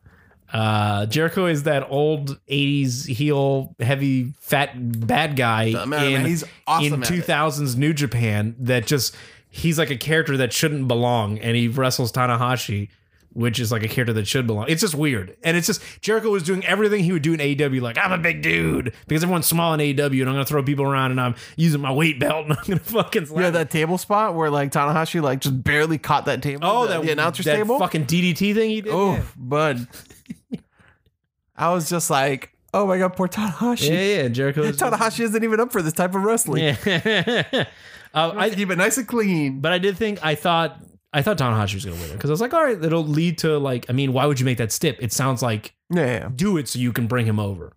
B: Uh, Jericho is that old '80s heel, heavy, fat, bad guy
C: Doesn't matter,
B: in
C: man. He's awesome
B: in
C: at it.
B: 2000s New Japan that just he's like a character that shouldn't belong, and he wrestles Tanahashi, which is like a character that should belong. It's just weird, and it's just Jericho was doing everything he would do in AEW, like I'm a big dude because everyone's small in AEW, and I'm gonna throw people around, and I'm using my weight belt, and I'm gonna fucking slap
C: Yeah, that table spot where like Tanahashi like just barely caught that table.
B: Oh,
C: the,
B: that
C: the announcer's
B: that
C: table.
B: fucking DDT thing he did.
C: oh,
B: yeah.
C: bud. I was just like, oh my god, poor Tanahashi.
B: Yeah, yeah, Jericho. is-
C: Tanahashi isn't even up for this type of wrestling.
B: Yeah. uh,
C: I
B: I,
C: keep it nice and clean.
B: but I did think I thought I thought Tanahashi was gonna win it because I was like, all right, it'll lead to like. I mean, why would you make that stip? It sounds like
C: yeah, yeah.
B: do it so you can bring him over,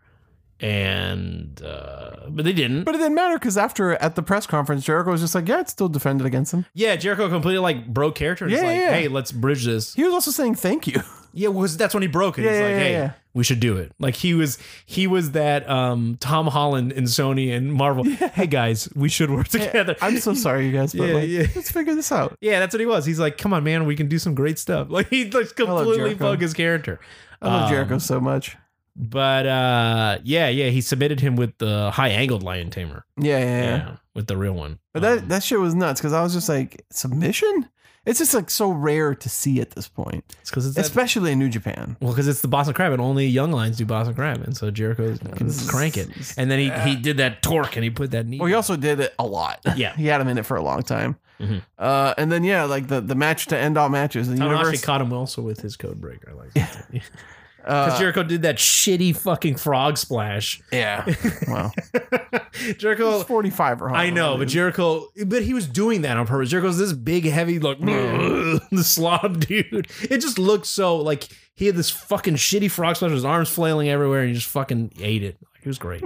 B: and uh, but they didn't.
C: But it didn't matter because after at the press conference, Jericho was just like, yeah, it's still defended against him.
B: yeah, Jericho completely like broke character. And yeah,
C: Yeah,
B: like,
C: yeah, yeah.
B: hey, let's bridge this.
C: He was also saying thank you.
B: Yeah, well, 'cause that's when he broke it.
C: Yeah,
B: He's
C: yeah,
B: like,
C: yeah,
B: hey,
C: yeah.
B: we should do it. Like he was, he was that um, Tom Holland and Sony and Marvel. Hey guys, we should work together.
C: I'm so sorry, you guys, but
B: Yeah,
C: like,
B: yeah.
C: let's figure this out.
B: Yeah, that's what he was. He's like, come on, man, we can do some great stuff. Like he like
C: love
B: completely
C: Jericho.
B: bugged his character.
C: I love
B: Um,
C: Jericho so much.
B: But uh yeah, yeah, he submitted him with the high angled lion tamer.
C: Yeah, yeah,
B: Yeah.
C: yeah.
B: with the real one.
C: But that
B: Um,
C: that shit was nuts because I was just like submission. It's just like so rare to see at this point,
B: it's because it's that,
C: especially in New Japan.
B: well, because it's the Boston Crab, and only young lions do Boston Crab, and so Jericho can crank it. And then he he did that torque, and he put that knee.
C: Well, he also did it a lot.
B: Yeah.
C: he had him in it for a long time.
B: Mhm.
C: Uh, and then yeah, like the the match to end all matches, the
B: Tanahashi
C: universe.
B: caught him also with his code breaker. I Like, because
C: uh,
B: Jericho did that shitty fucking frog splash.
C: yeah, wow,
B: Jericho
C: forty five or
B: I know, but Jericho, but he was doing that on purpose. Jericho's this big, heavy, like the slob dude. It just looked so like he had this fucking shitty frog splash, with his arms flailing everywhere, and he just fucking ate it. Like, it was great.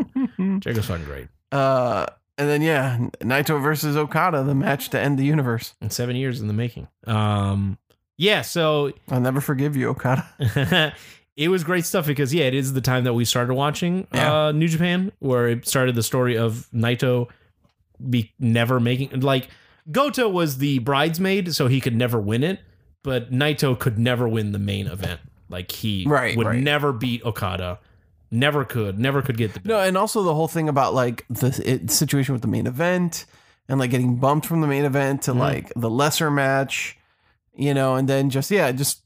B: Jericho's fucking great.
C: uh, and then yeah, Naito versus Okada, the match to end the universe.
B: And seven years in the making. Um, yeah, so
C: I'll never forgive you, Okada.
B: it was great stuff because yeah, it is the time that we started watching uh,
C: Yeah.
B: New Japan, where it started the story of Naito be never making like Goto was the bridesmaid, so he could never win it, but Naito could never win the main event. Like he
C: Right,
B: would
C: right.
B: never beat Okada, never could, never could get the
C: No, and also the whole thing about like the it, situation with the main event and like getting bumped from the main event to
B: Mhm.
C: like the lesser match, you know, and then just yeah, just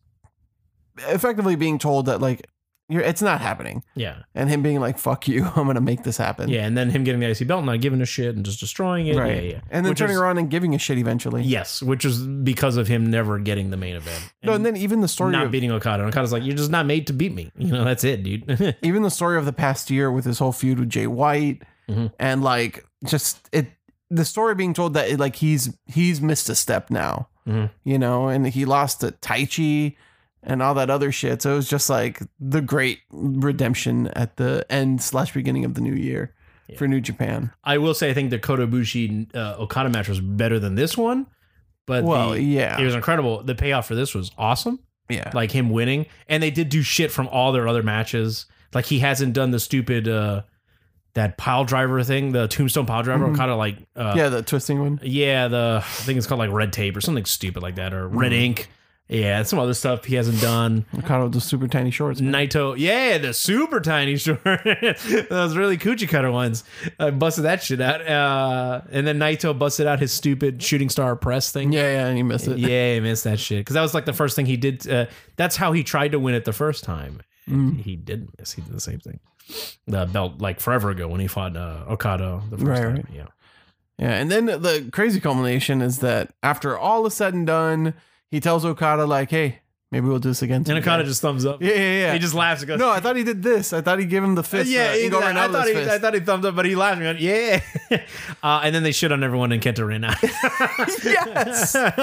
C: effectively being told that like you're it's not happening,
B: yeah,
C: and him being like "fuck you, I'm gonna make this happen,"
B: yeah, and then him getting the IC belt, and not giving a shit, and just destroying it,
C: right,
B: yeah, yeah.
C: and then
B: Which
C: turning
B: is-
C: around and giving a shit eventually.
B: yes, which is because of him never getting the main event.
C: no, and then even the story
B: not
C: of,
B: beating Okada. And Okada's like, you're just not made to beat me. You know, that's it, dude.
C: even the story of the past year with his whole feud with Jay White
B: Mhm.
C: and like just it the story being told that it, like he's he's missed a step now.
B: Mhm.
C: You know, and he lost to Taichi and all that other shit. So it was just like the great redemption at the end slash beginning of the new year.
B: Yeah.
C: for New Japan.
B: I will say I think the Kotobushi uh, Okada match was better than this one, but
C: well,
B: the-
C: yeah,
B: it was incredible. The payoff for this was awesome.
C: yeah,
B: like him winning. And they did do shit from all their other matches. Like he hasn't done the stupid uh that pile driver thing, the tombstone pile driver,
C: Mhm.
B: kind of like uh yeah.
C: yeah. The twisting one.
B: the I think it's called like red tape or something stupid like that, or red
C: Mhm.
B: ink. Yeah, and some other stuff he hasn't done.
C: Okada with the super tiny shorts. man.
B: Naito, yeah, the super tiny short, those really coochie cutter ones. I busted that shit out, uh, and then Naito busted out his stupid shooting star press thing.
C: Yeah, yeah, and you miss it.
B: Yeah, I missed that shit because that was like the first thing he did. Uh, that's how he tried to win it the first time.
C: Mm.
B: He didn't miss. He did the same thing. The belt like forever ago when he fought uh, Okada the first
C: Right,
B: time.
C: right.
B: Yeah,
C: Yeah, and then the crazy culmination is that after all is said and done, he tells Okada like, "Hey, maybe we'll do this again."
B: and
C: someday."
B: Okada just thumbs up.
C: yeah, yeah, yeah.
B: He just laughs and goes,
C: no, I thought he did this. I thought he gave him the fist.
B: yeah,
C: uh,
B: he-
C: Igor
B: I,
C: Ronaldo's
B: thought he,
C: fist.
B: I thought he thumbs up, but he laughed. And went, yeah, uh, and then they shit on everyone, and Kenta ran out.
C: Yes. I was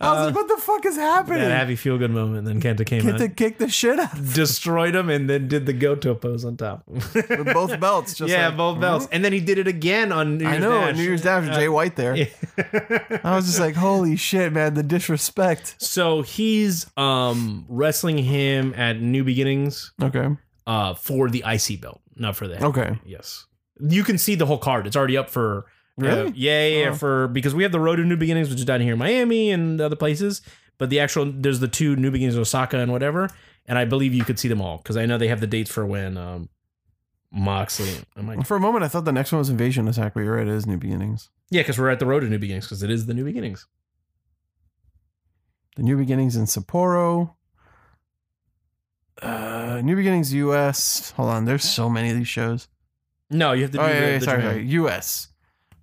B: Uh,
C: like, "What the fuck is happening?"
B: that happy feel good moment. Then Kenta came
C: Get
B: out,
C: to kick the shit out
B: destroyed him, and then did the Goto pose on top.
C: with both belts. Just
B: yeah,
C: like,
B: both belts. And then he did it again on New
C: I
B: Year's
C: know
B: Dash. Uh,
C: New Year's Dash, Jay White there. I was just like, "Holy shit, man! The disrespect."
B: so he's um wrestling him at New Beginnings
C: Okay.
B: uh for the IC belt, not for the heavyweight.
C: Okay.
B: Yes. You can see the whole card. It's already up for uh,
C: Really?
B: yeah, yeah, yeah,
C: Oh.
B: for because we have the road to New Beginnings, which is down here in Miami and other places. But the actual there's the two New Beginnings Osaka and whatever. And I believe you could see them all because I know they have the dates for when um Moxley. I'm like,
C: For a moment, I thought the next one was Invasion Attack, but you're right. It is New Beginnings.
B: yeah, because we're at the road to New Beginnings because it is the New Beginnings.
C: The New Beginnings in Sapporo. Uh, New Beginnings US. Hold on, there's so many of these shows.
B: No, you have to do
C: oh
B: the,
C: yeah, yeah,
B: the
C: sorry,
B: Japan.
C: sorry, US.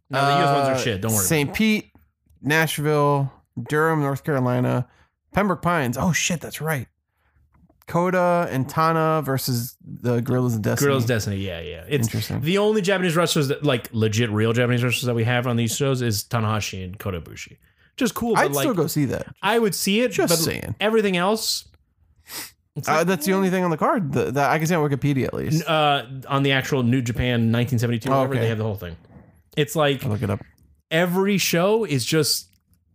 B: No, the US ones
C: Uh,
B: are shit. Don't worry. about
C: St. Pete, Nashville, Durham, North Carolina, Pembroke Pines. Oh shit, that's right. Coda and Tana versus the Gorillas of
B: it.
C: Destiny.
B: Girls Destiny. Yeah, yeah. It's
C: Interesting.
B: the only Japanese wrestlers that like legit real Japanese wrestlers that we have on these shows is Tanahashi and Kota Ibushi. Just cool, but
C: I'd
B: like
C: still go see that.
B: I would see it.
C: Just
B: but
C: saying.
B: everything else. it's
C: Uh,
B: like,
C: that's the only thing on the card that, that I can see on Wikipedia at least.
B: uh, on the actual New Japan 1972.
C: Oh,
B: whatever,
C: okay.
B: They have the whole thing. It's like
C: I'll look it up.
B: every show is just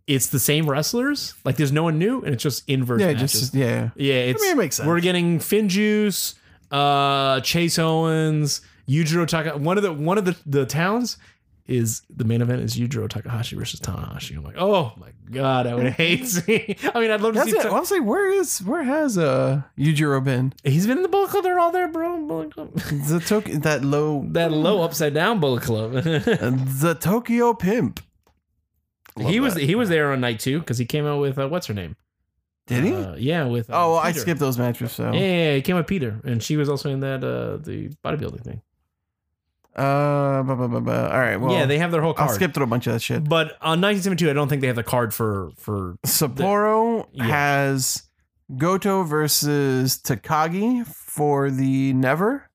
B: it's the same wrestlers. Like there's no one new, and it's just inverse.
C: Yeah,
B: matches.
C: just yeah.
B: Yeah,
C: yeah.
B: it's,
C: mean, it makes sense.
B: We're getting Finjuice, uh, Chase Owens, Yujiro Taka. One of the one of the, the towns is the main event is Yujiro Takahashi versus Tanahashi. I'm like, oh my god, I would hate seeing. I mean, I'd love to
C: That's
B: see.
C: it.
B: Ta-
C: Honestly, where is where has uh Yujiro been?
B: He's been in the Bullet Club. They're all there, bro. Bullet Club.
C: The Tok that low
B: that low upside down Bullet Club.
C: the Tokyo pimp.
B: he
C: Love
B: was
C: that.
B: he was there on night two because he came out with uh, what's her name?
C: Did he?
B: Uh, yeah, with uh,
C: oh, well, I
B: Peter.
C: skipped those matches. So
B: Yeah, yeah, yeah, he came with Peter, and she was also in that uh the bodybuilding thing.
C: uh, bu- bu- bu- bu- all right. Well,
B: yeah, they have their whole
C: I'll
B: card.
C: skip through a bunch of that shit.
B: But on 1972, I don't think they have the card for for
C: Sapporo
B: Yeah.
C: has Goto versus Takagi for the Never.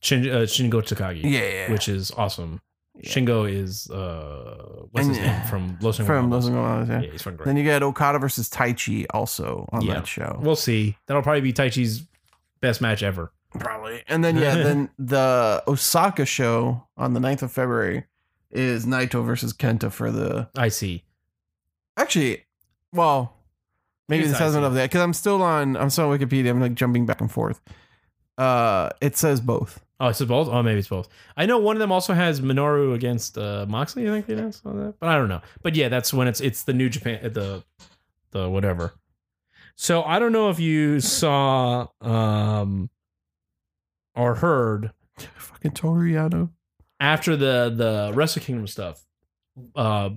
B: Shin, uh, Shingo Takagi,
C: Yeah,
B: which is awesome.
C: Yeah.
B: Shingo is uh, what's his
C: And-
B: name from Los Angeles?
C: from Los Angeles. Yeah.
B: yeah, he's from
C: Then
B: great.
C: you got Okada versus Taichi also on
B: Yeah.
C: that show.
B: We'll see. That'll probably be Taichi's best match ever.
C: Probably. And then yeah, then the Osaka show on the 9th of February is Naito versus Kenta for the
B: I see.
C: Actually, well, maybe
B: It's
C: this hasn't
B: IC.
C: of that cuz I'm still on I'm still on Wikipedia. I'm like jumping back and forth. Uh it says both.
B: Oh, it's both. Oh, maybe it's both. I know one of them also has Minoru against uh, Moxley. I think they announced on that, but I don't know. But yeah, that's when it's it's the New Japan uh, the the whatever. So I don't know if you saw um or heard
C: Fucking Toriano.
B: after the the Wrestle Kingdom stuff, uh,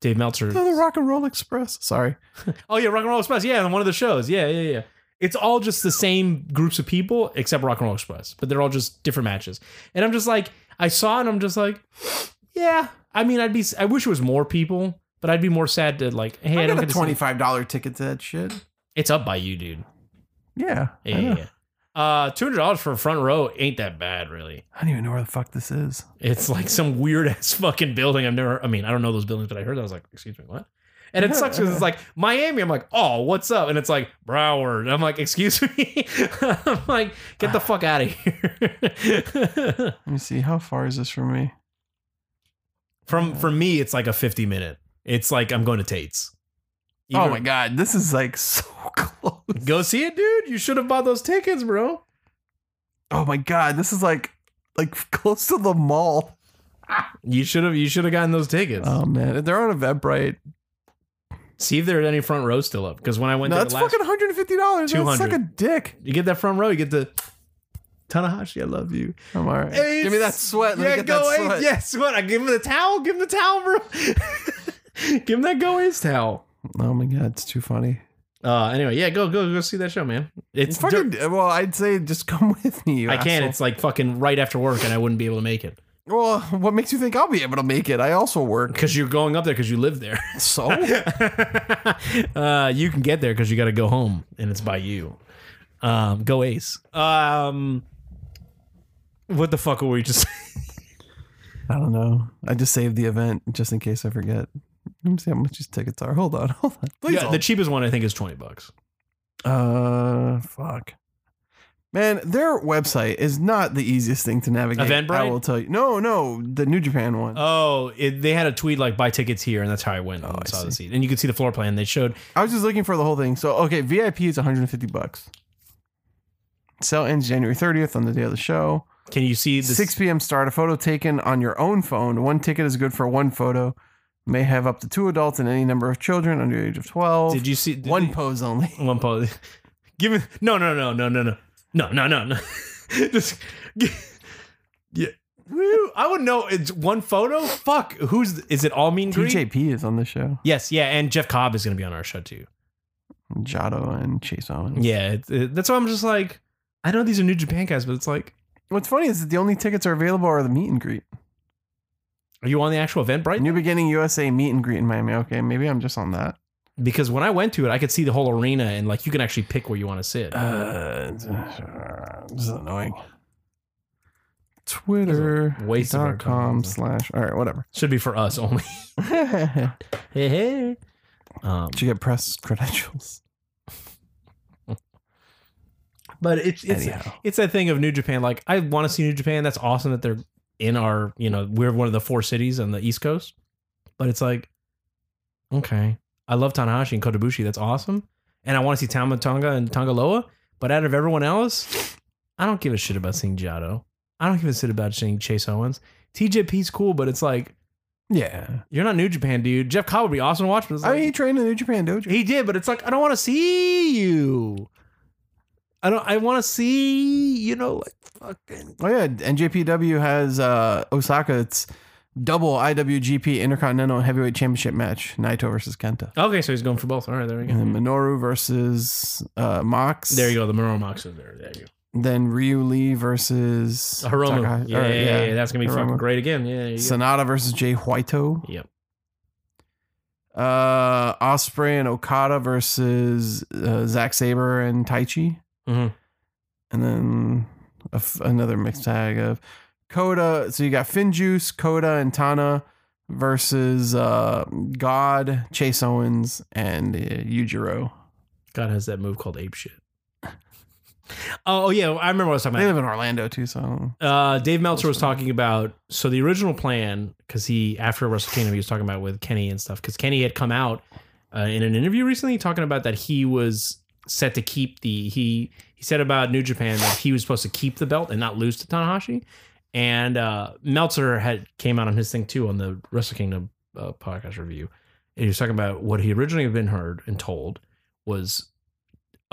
B: Dave Meltzer.
C: Oh, the Rock and Roll Express. Sorry.
B: Oh yeah, Rock and Roll Express. Yeah, on one of the shows. Yeah, yeah, yeah. It's all just the same groups of people except Rock and Roll Express, but they're all just different matches. And I'm just like, I saw it and I'm just like, yeah. I mean, I'd be. I wish it was more people, but I'd be more sad to like, hey, I,
C: I
B: don't
C: got a
B: get to see-
C: $25 ticket to that shit.
B: It's up by you, dude.
C: Yeah.
B: Yeah,
C: I, know.
B: yeah. yeah. Uh, two hundred dollars for a front row ain't that bad, really.
C: I don't even know where the fuck this is.
B: It's like some weird ass fucking building. I've never. I mean, I don't know those buildings, but I heard that. I was like, excuse me, what? And it sucks because it's like Miami. I'm like, oh, what's up? And it's like Broward. I'm like, excuse me. I'm like,
C: Ah.
B: get the fuck out of here.
C: Let me see. How far is this from me?
B: From for me, it's like a 50 minute. It's like I'm going to Tate's.
C: oh
B: Even-
C: my god, this is like so close.
B: Go see it, dude. You should have bought those tickets, bro.
C: Oh my god, this is like like close to the mall.
B: You should have. You should have gotten those tickets.
C: Oh man, they're on Eventbrite.
B: See if there are any front rows still up. Because when I went
C: No,
B: there
C: that's
B: the last,
C: fucking hundred and fifty dollars. That's
B: 200.
C: like a dick.
B: you get that front row, you get the Tanahashi. I love you.
C: I'm all right.
B: Ace.
C: Give me that sweat. Let me get that
B: Ace.
C: sweat.
B: Yeah, sweat. I give him the towel. Give him the towel, bro. give him that go Ace towel.
C: Oh my god, it's too funny.
B: Uh, anyway, yeah, go go go see that show, man. It's
C: It's fucking
B: dir-
C: well. I'd say just come with me. You
B: I can't.
C: asshole.
B: It's like fucking right after work, and I wouldn't be able to make it
C: well. What makes you think I'll be able to make it? I also work.
B: because you're going up there because you live there.
C: So
B: uh, you can get there because you got to go home, and it's by you. Um, go Ace. Um, what the fuck were we just?
C: I don't know. I just saved the event just in case I forget. Let me see how much these tickets are. Hold on, hold on. Please.
B: yeah, the cheapest one I think is twenty bucks.
C: uh, fuck. Man, their website is not the easiest thing to navigate. I
B: Eventbrite?
C: will tell you. No, no, the New Japan one.
B: Oh, it, they had a tweet like buy tickets here, and that's how I went and
C: Oh, I
B: saw the
C: see.
B: seat. And you could see the floor plan. They showed
C: I was just looking for the whole thing. So okay, VIP is 150 bucks. Sale ends January 30th on the day of the show.
B: Can you see the
C: 6 p.m. start. A photo taken on your own phone. One ticket is good for one photo. May have up to two adults and any number of children under the age of 12.
B: Did you see did
C: one pose only.
B: they- one pose? Give me no no no no no no no no no no. Just gi- yeah. Woo, I would know it's one photo. Fuck, who's is it? All mean green?
C: TJP is on the show.
B: Yes, yeah, and Jeff Cobb is going to be on our show too.
C: Jado and Chase Owens.
B: Yeah, it, it- that's why I'm just like, I know these are New Japan guys, but it's like,
C: What's funny is that the only tickets are available are the meet and greet.
B: are you on the actual event, Bright?
C: New Beginning USA meet and greet in Miami. Okay, maybe I'm just on that.
B: Because when I went to it, I could see the whole arena, and like you can actually pick where you want to sit.
C: Uh, this is annoying. Twitter
B: waste of our
C: dot com
B: time.
C: slash all right whatever.
B: Should be for us only.
C: Did
B: Hey, hey. Um,
C: you get press credentials?
B: but it's it's
C: Anyhow.
B: it's that thing of New Japan. Like I want to see New Japan. That's awesome that they're in our you know we're one of the four cities on the East Coast, but it's like okay, I love Tanahashi and Kotobushi. That's awesome, and I want to see Tama Tonga and Tongaloa. But out of everyone else, I don't give a shit about seeing Jado. I don't give a shit about seeing Chase Owens. TJP's cool, but it's like
C: Yeah,
B: you're not New Japan, dude. Jeff Cobb would be awesome to watch, but it's
C: I
B: like,
C: mean he trained in the New Japan Dojo.
B: he did, but it's like I don't want to see you. I don't. I want to see you know like fucking.
C: oh yeah, NJPW has uh Osaka. It's double IWGP Intercontinental Heavyweight Championship match. Naito versus Kenta.
B: Okay, so he's going for both. All right, there we
C: And
B: go.
C: then Minoru versus uh Mox.
B: Mm-hmm. There you go. The Minoru Mox is there. There you go.
C: Then Ryu Lee versus
B: Hiromu.
C: Takahashi-
B: Yeah,
C: or,
B: yeah, yeah, yeah, That's gonna be fucking
C: Hiromu.
B: great again. Yeah. there you go.
C: Sonata versus Jay Whito.
B: Yep.
C: Uh, Osprey and Okada versus uh, Zack Saber and Taichi,
B: Mhm.
C: and then a f- another mixed tag of Coda. So you got Finjuice, Coda, and Tana versus uh, God, Chase Owens, and uh, Yujiro.
B: God has that move called ape shit. Oh, oh, yeah, I remember what I was talking
C: They
B: about.
C: live in Orlando too, so
B: Uh, Dave Meltzer was talking about so the original plan because he after Wrestle Kingdom he was talking about with Kenny and stuff because Kenny had come out uh, in an interview recently talking about that he was set to keep the he he said about New Japan that he was supposed to keep the belt and not lose to Tanahashi and uh, Meltzer had came out on his thing too on the Wrestle Kingdom uh, podcast review and he was talking about what he originally had been heard and told was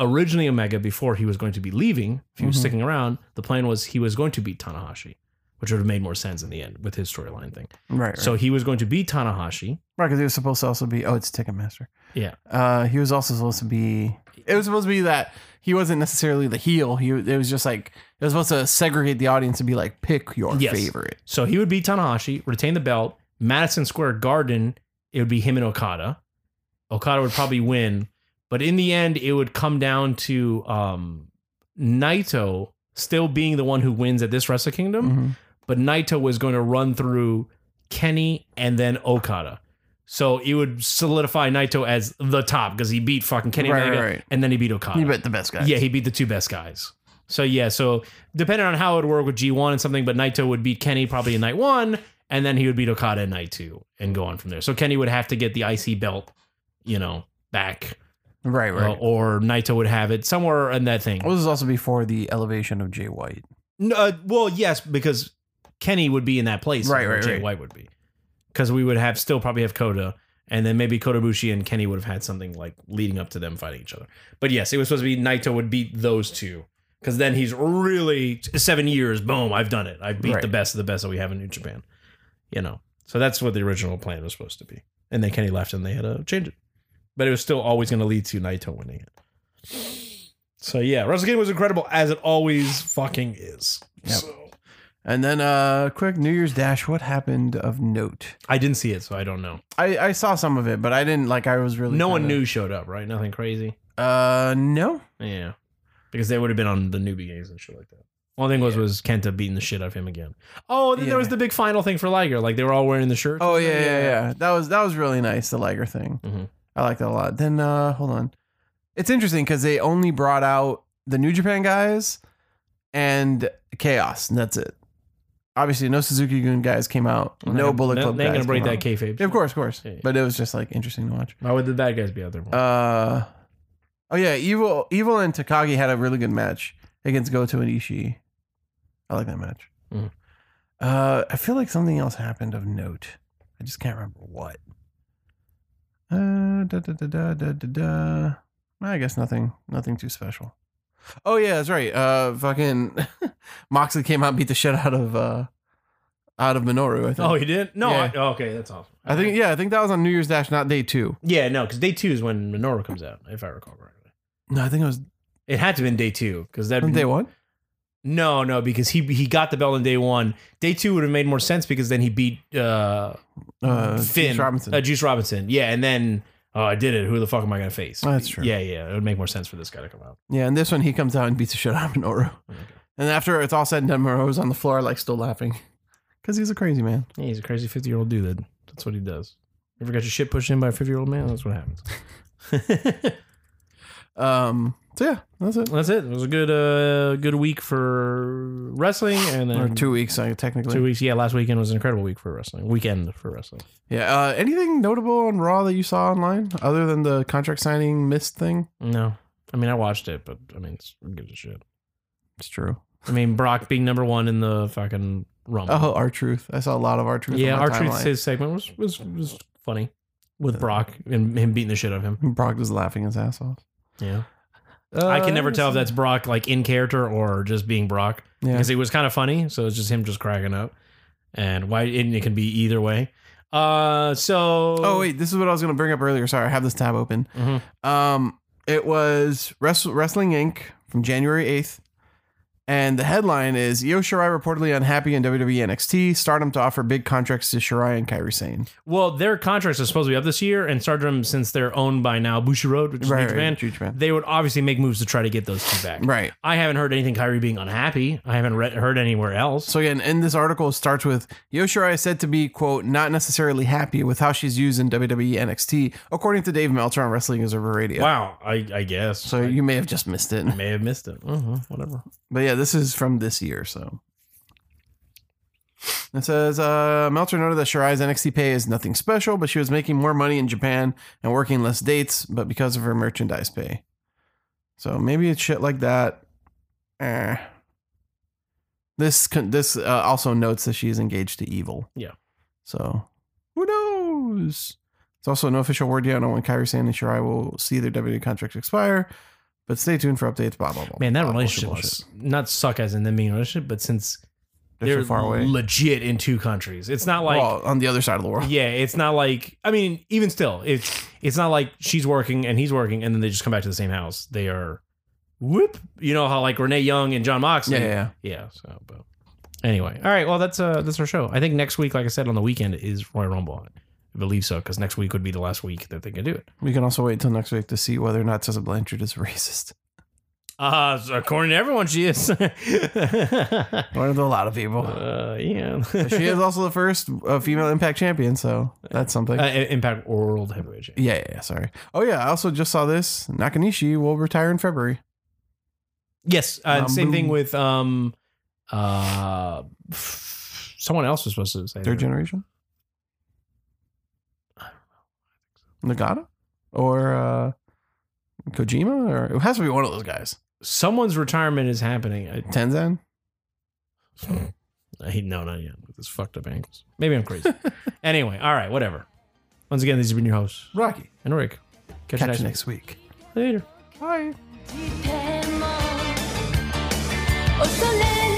B: originally Omega before he was going to be leaving, if he was
C: Mhm.
B: sticking around, the plan was he was going to beat Tanahashi, which would have made more sense in the end with his storyline thing.
C: right.
B: So he was going to beat Tanahashi.
C: Right, because he was supposed to also be. Oh, it's Ticketmaster.
B: Yeah.
C: Uh, he was also supposed to be. It was supposed to be that he wasn't necessarily the heel. He it was just like it was supposed to segregate the audience and be like pick your
B: Yes.
C: favorite.
B: So he would beat Tanahashi, retain the belt, Madison Square Garden, it would be him and Okada. Okada would probably win, but in the end it would come down to um Naito still being the one who wins at this Wrestle Kingdom.
C: Mhm.
B: but Naito was going to run through Kenny and then Okada. So it would solidify Naito as the top because he beat fucking Kenny
C: Right,
B: Omega
C: right, right.
B: and then he beat Okada.
C: You bet the best guy.
B: Yeah, he beat the two best guys. So yeah, so depending on how it would work with G1 and something, but Naito would beat Kenny probably in night one, and then he would beat Okada in night two and go on from there. So Kenny would have to get the IC belt, you know, back.
C: Right,
B: uh,
C: right.
B: or Naito would have it somewhere in that thing.
C: Well, this is also before the elevation of Jay White.
B: No, uh, well, yes, because Kenny would be in that place.
C: Right,
B: where
C: right,
B: Jay
C: right.
B: White would be. Because we would have still probably have Coda, and then maybe Kota Bushi and Kenny would have had something like leading up to them fighting each other. But yes, it was supposed to be Naito would beat those two. Because then he's really seven years, boom, I've done it. I've beat
C: Right.
B: the best of the best that we have in New Japan. You know. So that's what the original plan was supposed to be. And then Kenny left and they had to change it. But it was still always going to lead to Naito winning it. So yeah, Wrestle Kingdom was incredible as it always fucking is.
C: Yep.
B: So-
C: And then, uh, quick New Year's dash. What happened of note?
B: I didn't see it, so I don't know.
C: I, I saw some of it, but I didn't like. I was really
B: No one
C: kinda-
B: new showed up, right? Nothing crazy.
C: Uh, no.
B: Yeah, because they would have been on the new beginnings and shit like that. One thing was was Kenta beating the shit out of him again. Oh, and then there was
C: Yeah.
B: the big final thing for Liger. Like they were all wearing the shirts.
C: Oh yeah, yeah, yeah, That was that was really nice. The Liger thing.
B: Mhm.
C: I like that a lot. Then uh, hold on. It's interesting because they only brought out the New Japan guys and Chaos, and that's it. Obviously, no Suzuki Gun guys came out.
B: They're
C: no
B: not-
C: Bullet
B: they're-
C: Club.
B: They ain't
C: guys
B: gonna break
C: came
B: that
C: out.
B: kayfabe.
C: Yeah, of course, of course.
B: Yeah, yeah.
C: But it was just like interesting to watch.
B: Why would the bad guys be out there? More?
C: Uh, oh yeah, evil, evil, and Takagi had a really good match against Goto and Ishii. I like that match.
B: Mhm.
C: Uh, I feel like something else happened of note. I just can't remember what. Uh, da da da da da da. da. I guess nothing, nothing too special. Oh yeah, that's right. Uh, fucking Moxley came out and beat the shit out of uh, out of Minoru. I think.
B: oh, he didn't. No.
C: Yeah.
B: I, okay, that's awful.
C: I think yeah, I think that was on New Year's Dash, not day two.
B: Yeah, no, because day two is when Minoru comes out, if I recall correctly.
C: No, I think it was
B: It had to have been day two because that
C: day one.
B: No, no, because he he got the belt in day one. Day two would have made more sense because then he beat uh,
C: Uh,
B: Finn
C: Juice Robinson.
B: Uh, Juice Robinson, yeah, and then oh, I did it. Who the fuck am I gonna face?
C: Oh, that's true.
B: Yeah, yeah, it would make more sense for this guy to come out.
C: Yeah, and this one he comes out and beats the shit out of Minoru.
B: Okay.
C: And after it's all said and done, Minoru's on the floor, like still laughing. Because he's a crazy man.
B: Yeah, he's a crazy fifty year old dude. That that's what he does. You ever got your shit pushed in by a fifty year old man? That's what happens.
C: Um, so yeah, that's it.
B: that's it. It was a good uh good week for wrestling, and
C: Or
B: then
C: two weeks, I technically.
B: Mm-hmm. two weeks. Yeah, last weekend was an incredible week for wrestling. Weekend for wrestling.
C: Yeah. Uh, anything notable on Raw that you saw online other than the contract signing missed thing?
B: No, I mean I watched it, but I mean it's, who gives a shit.
C: It's true.
B: I mean, Brock being number one in the fucking rumble.
C: Oh, our truth. I saw a lot of our truth.
B: yeah, our truth
C: truth.
B: his segment was was was funny with Brock and him beating the shit out of him.
C: Brock was laughing his ass off.
B: Yeah, I
C: Uh,
B: can never tell if that's Brock like in character or just being Brock
C: yeah.
B: because it was kind of funny. So it's just him just cracking up, and why and it can be either way. Uh, so
C: Oh wait, this is what I was gonna bring up earlier. Sorry, I have this tab open.
B: Mhm.
C: Um, it was Wrest- Wrestling Inc. from January 8th. And the headline is Io Shirai reportedly unhappy in E WWE NXT, stardom to offer big contracts to Shirai and Kairi Sane.
B: well, their contracts are supposed to be up this year, and Stardom since they're owned by now Bushiroad, which is New Japan,
C: New Japan.
B: they would obviously make moves to try to get those two back.
C: Right.
B: I haven't heard anything Kyrie being unhappy. I haven't re- heard anywhere else.
C: So again, in this article it starts with Io Shirai is said to be, quote, not necessarily happy with how she's used in E WWE NXT, according to Dave Meltzer on Wrestling Observer Radio.
B: Wow, I, I guess.
C: So you may have just missed it.
B: I may have missed it. Uh-huh, whatever.
C: But yeah, this is from this year, so. It says uh, Meltzer noted that Shirai's NXT pay is nothing special, but she was making more money in Japan and working less dates, but because of her merchandise pay. So maybe it's shit like that. Eh. This con- this uh, also notes that she is engaged to Evil.
B: Yeah.
C: So who knows? There's also no official word yet on when Kairi Sane and Shirai will see their WWE contracts expire, but stay tuned for updates. Blah blah blah.
B: Man, that
C: blah,
B: relationship
C: bullshit,
B: must not suck as in them being in a relationship, but since
C: They're
B: they're
C: so far away.
B: legit in two countries, it's not like
C: well, on the other side of the world.
B: yeah, it's not like I mean, even still, it's it's not like she's working and he's working, and then they just come back to the same house. They are whoop, you know how like Renee Young and John Moxley,
C: Yeah, yeah, yeah.
B: yeah. So, but anyway, all right. Well, that's uh that's our show. I think next week, like I said, on the weekend is Royal Rumble. I believe so because next week would be the last week that they can do it.
C: We can also wait till next week to see whether or not Tessa Blanchard is racist.
B: Uh, so according to everyone, she is. uh,
C: One of a lot of people.
B: yeah. Uh,
C: But she is also the first uh, female Impact champion, so that's something.
B: Uh, I- Impact World Heavyweight Champion.
C: yeah, yeah, yeah, sorry. Oh yeah, I also just saw this. Nakanishi will retire in February.
B: Yes. Uh,
C: Um,
B: same
C: boom.
B: thing with um, uh, someone else was supposed to say
C: Third
B: that.
C: generation. Nagata or uh, Kojima or it has to be one of those guys.
B: Someone's retirement is happening. I,
C: Tenzan.
B: He no, not yet. With his fucked up ankles. Maybe I'm crazy. anyway, all right, whatever. Once again, these have been your hosts,
C: Rocky.
B: and Rick. Catch,
C: Catch you next week.
B: week. Later.
C: Bye.
A: 「恐れ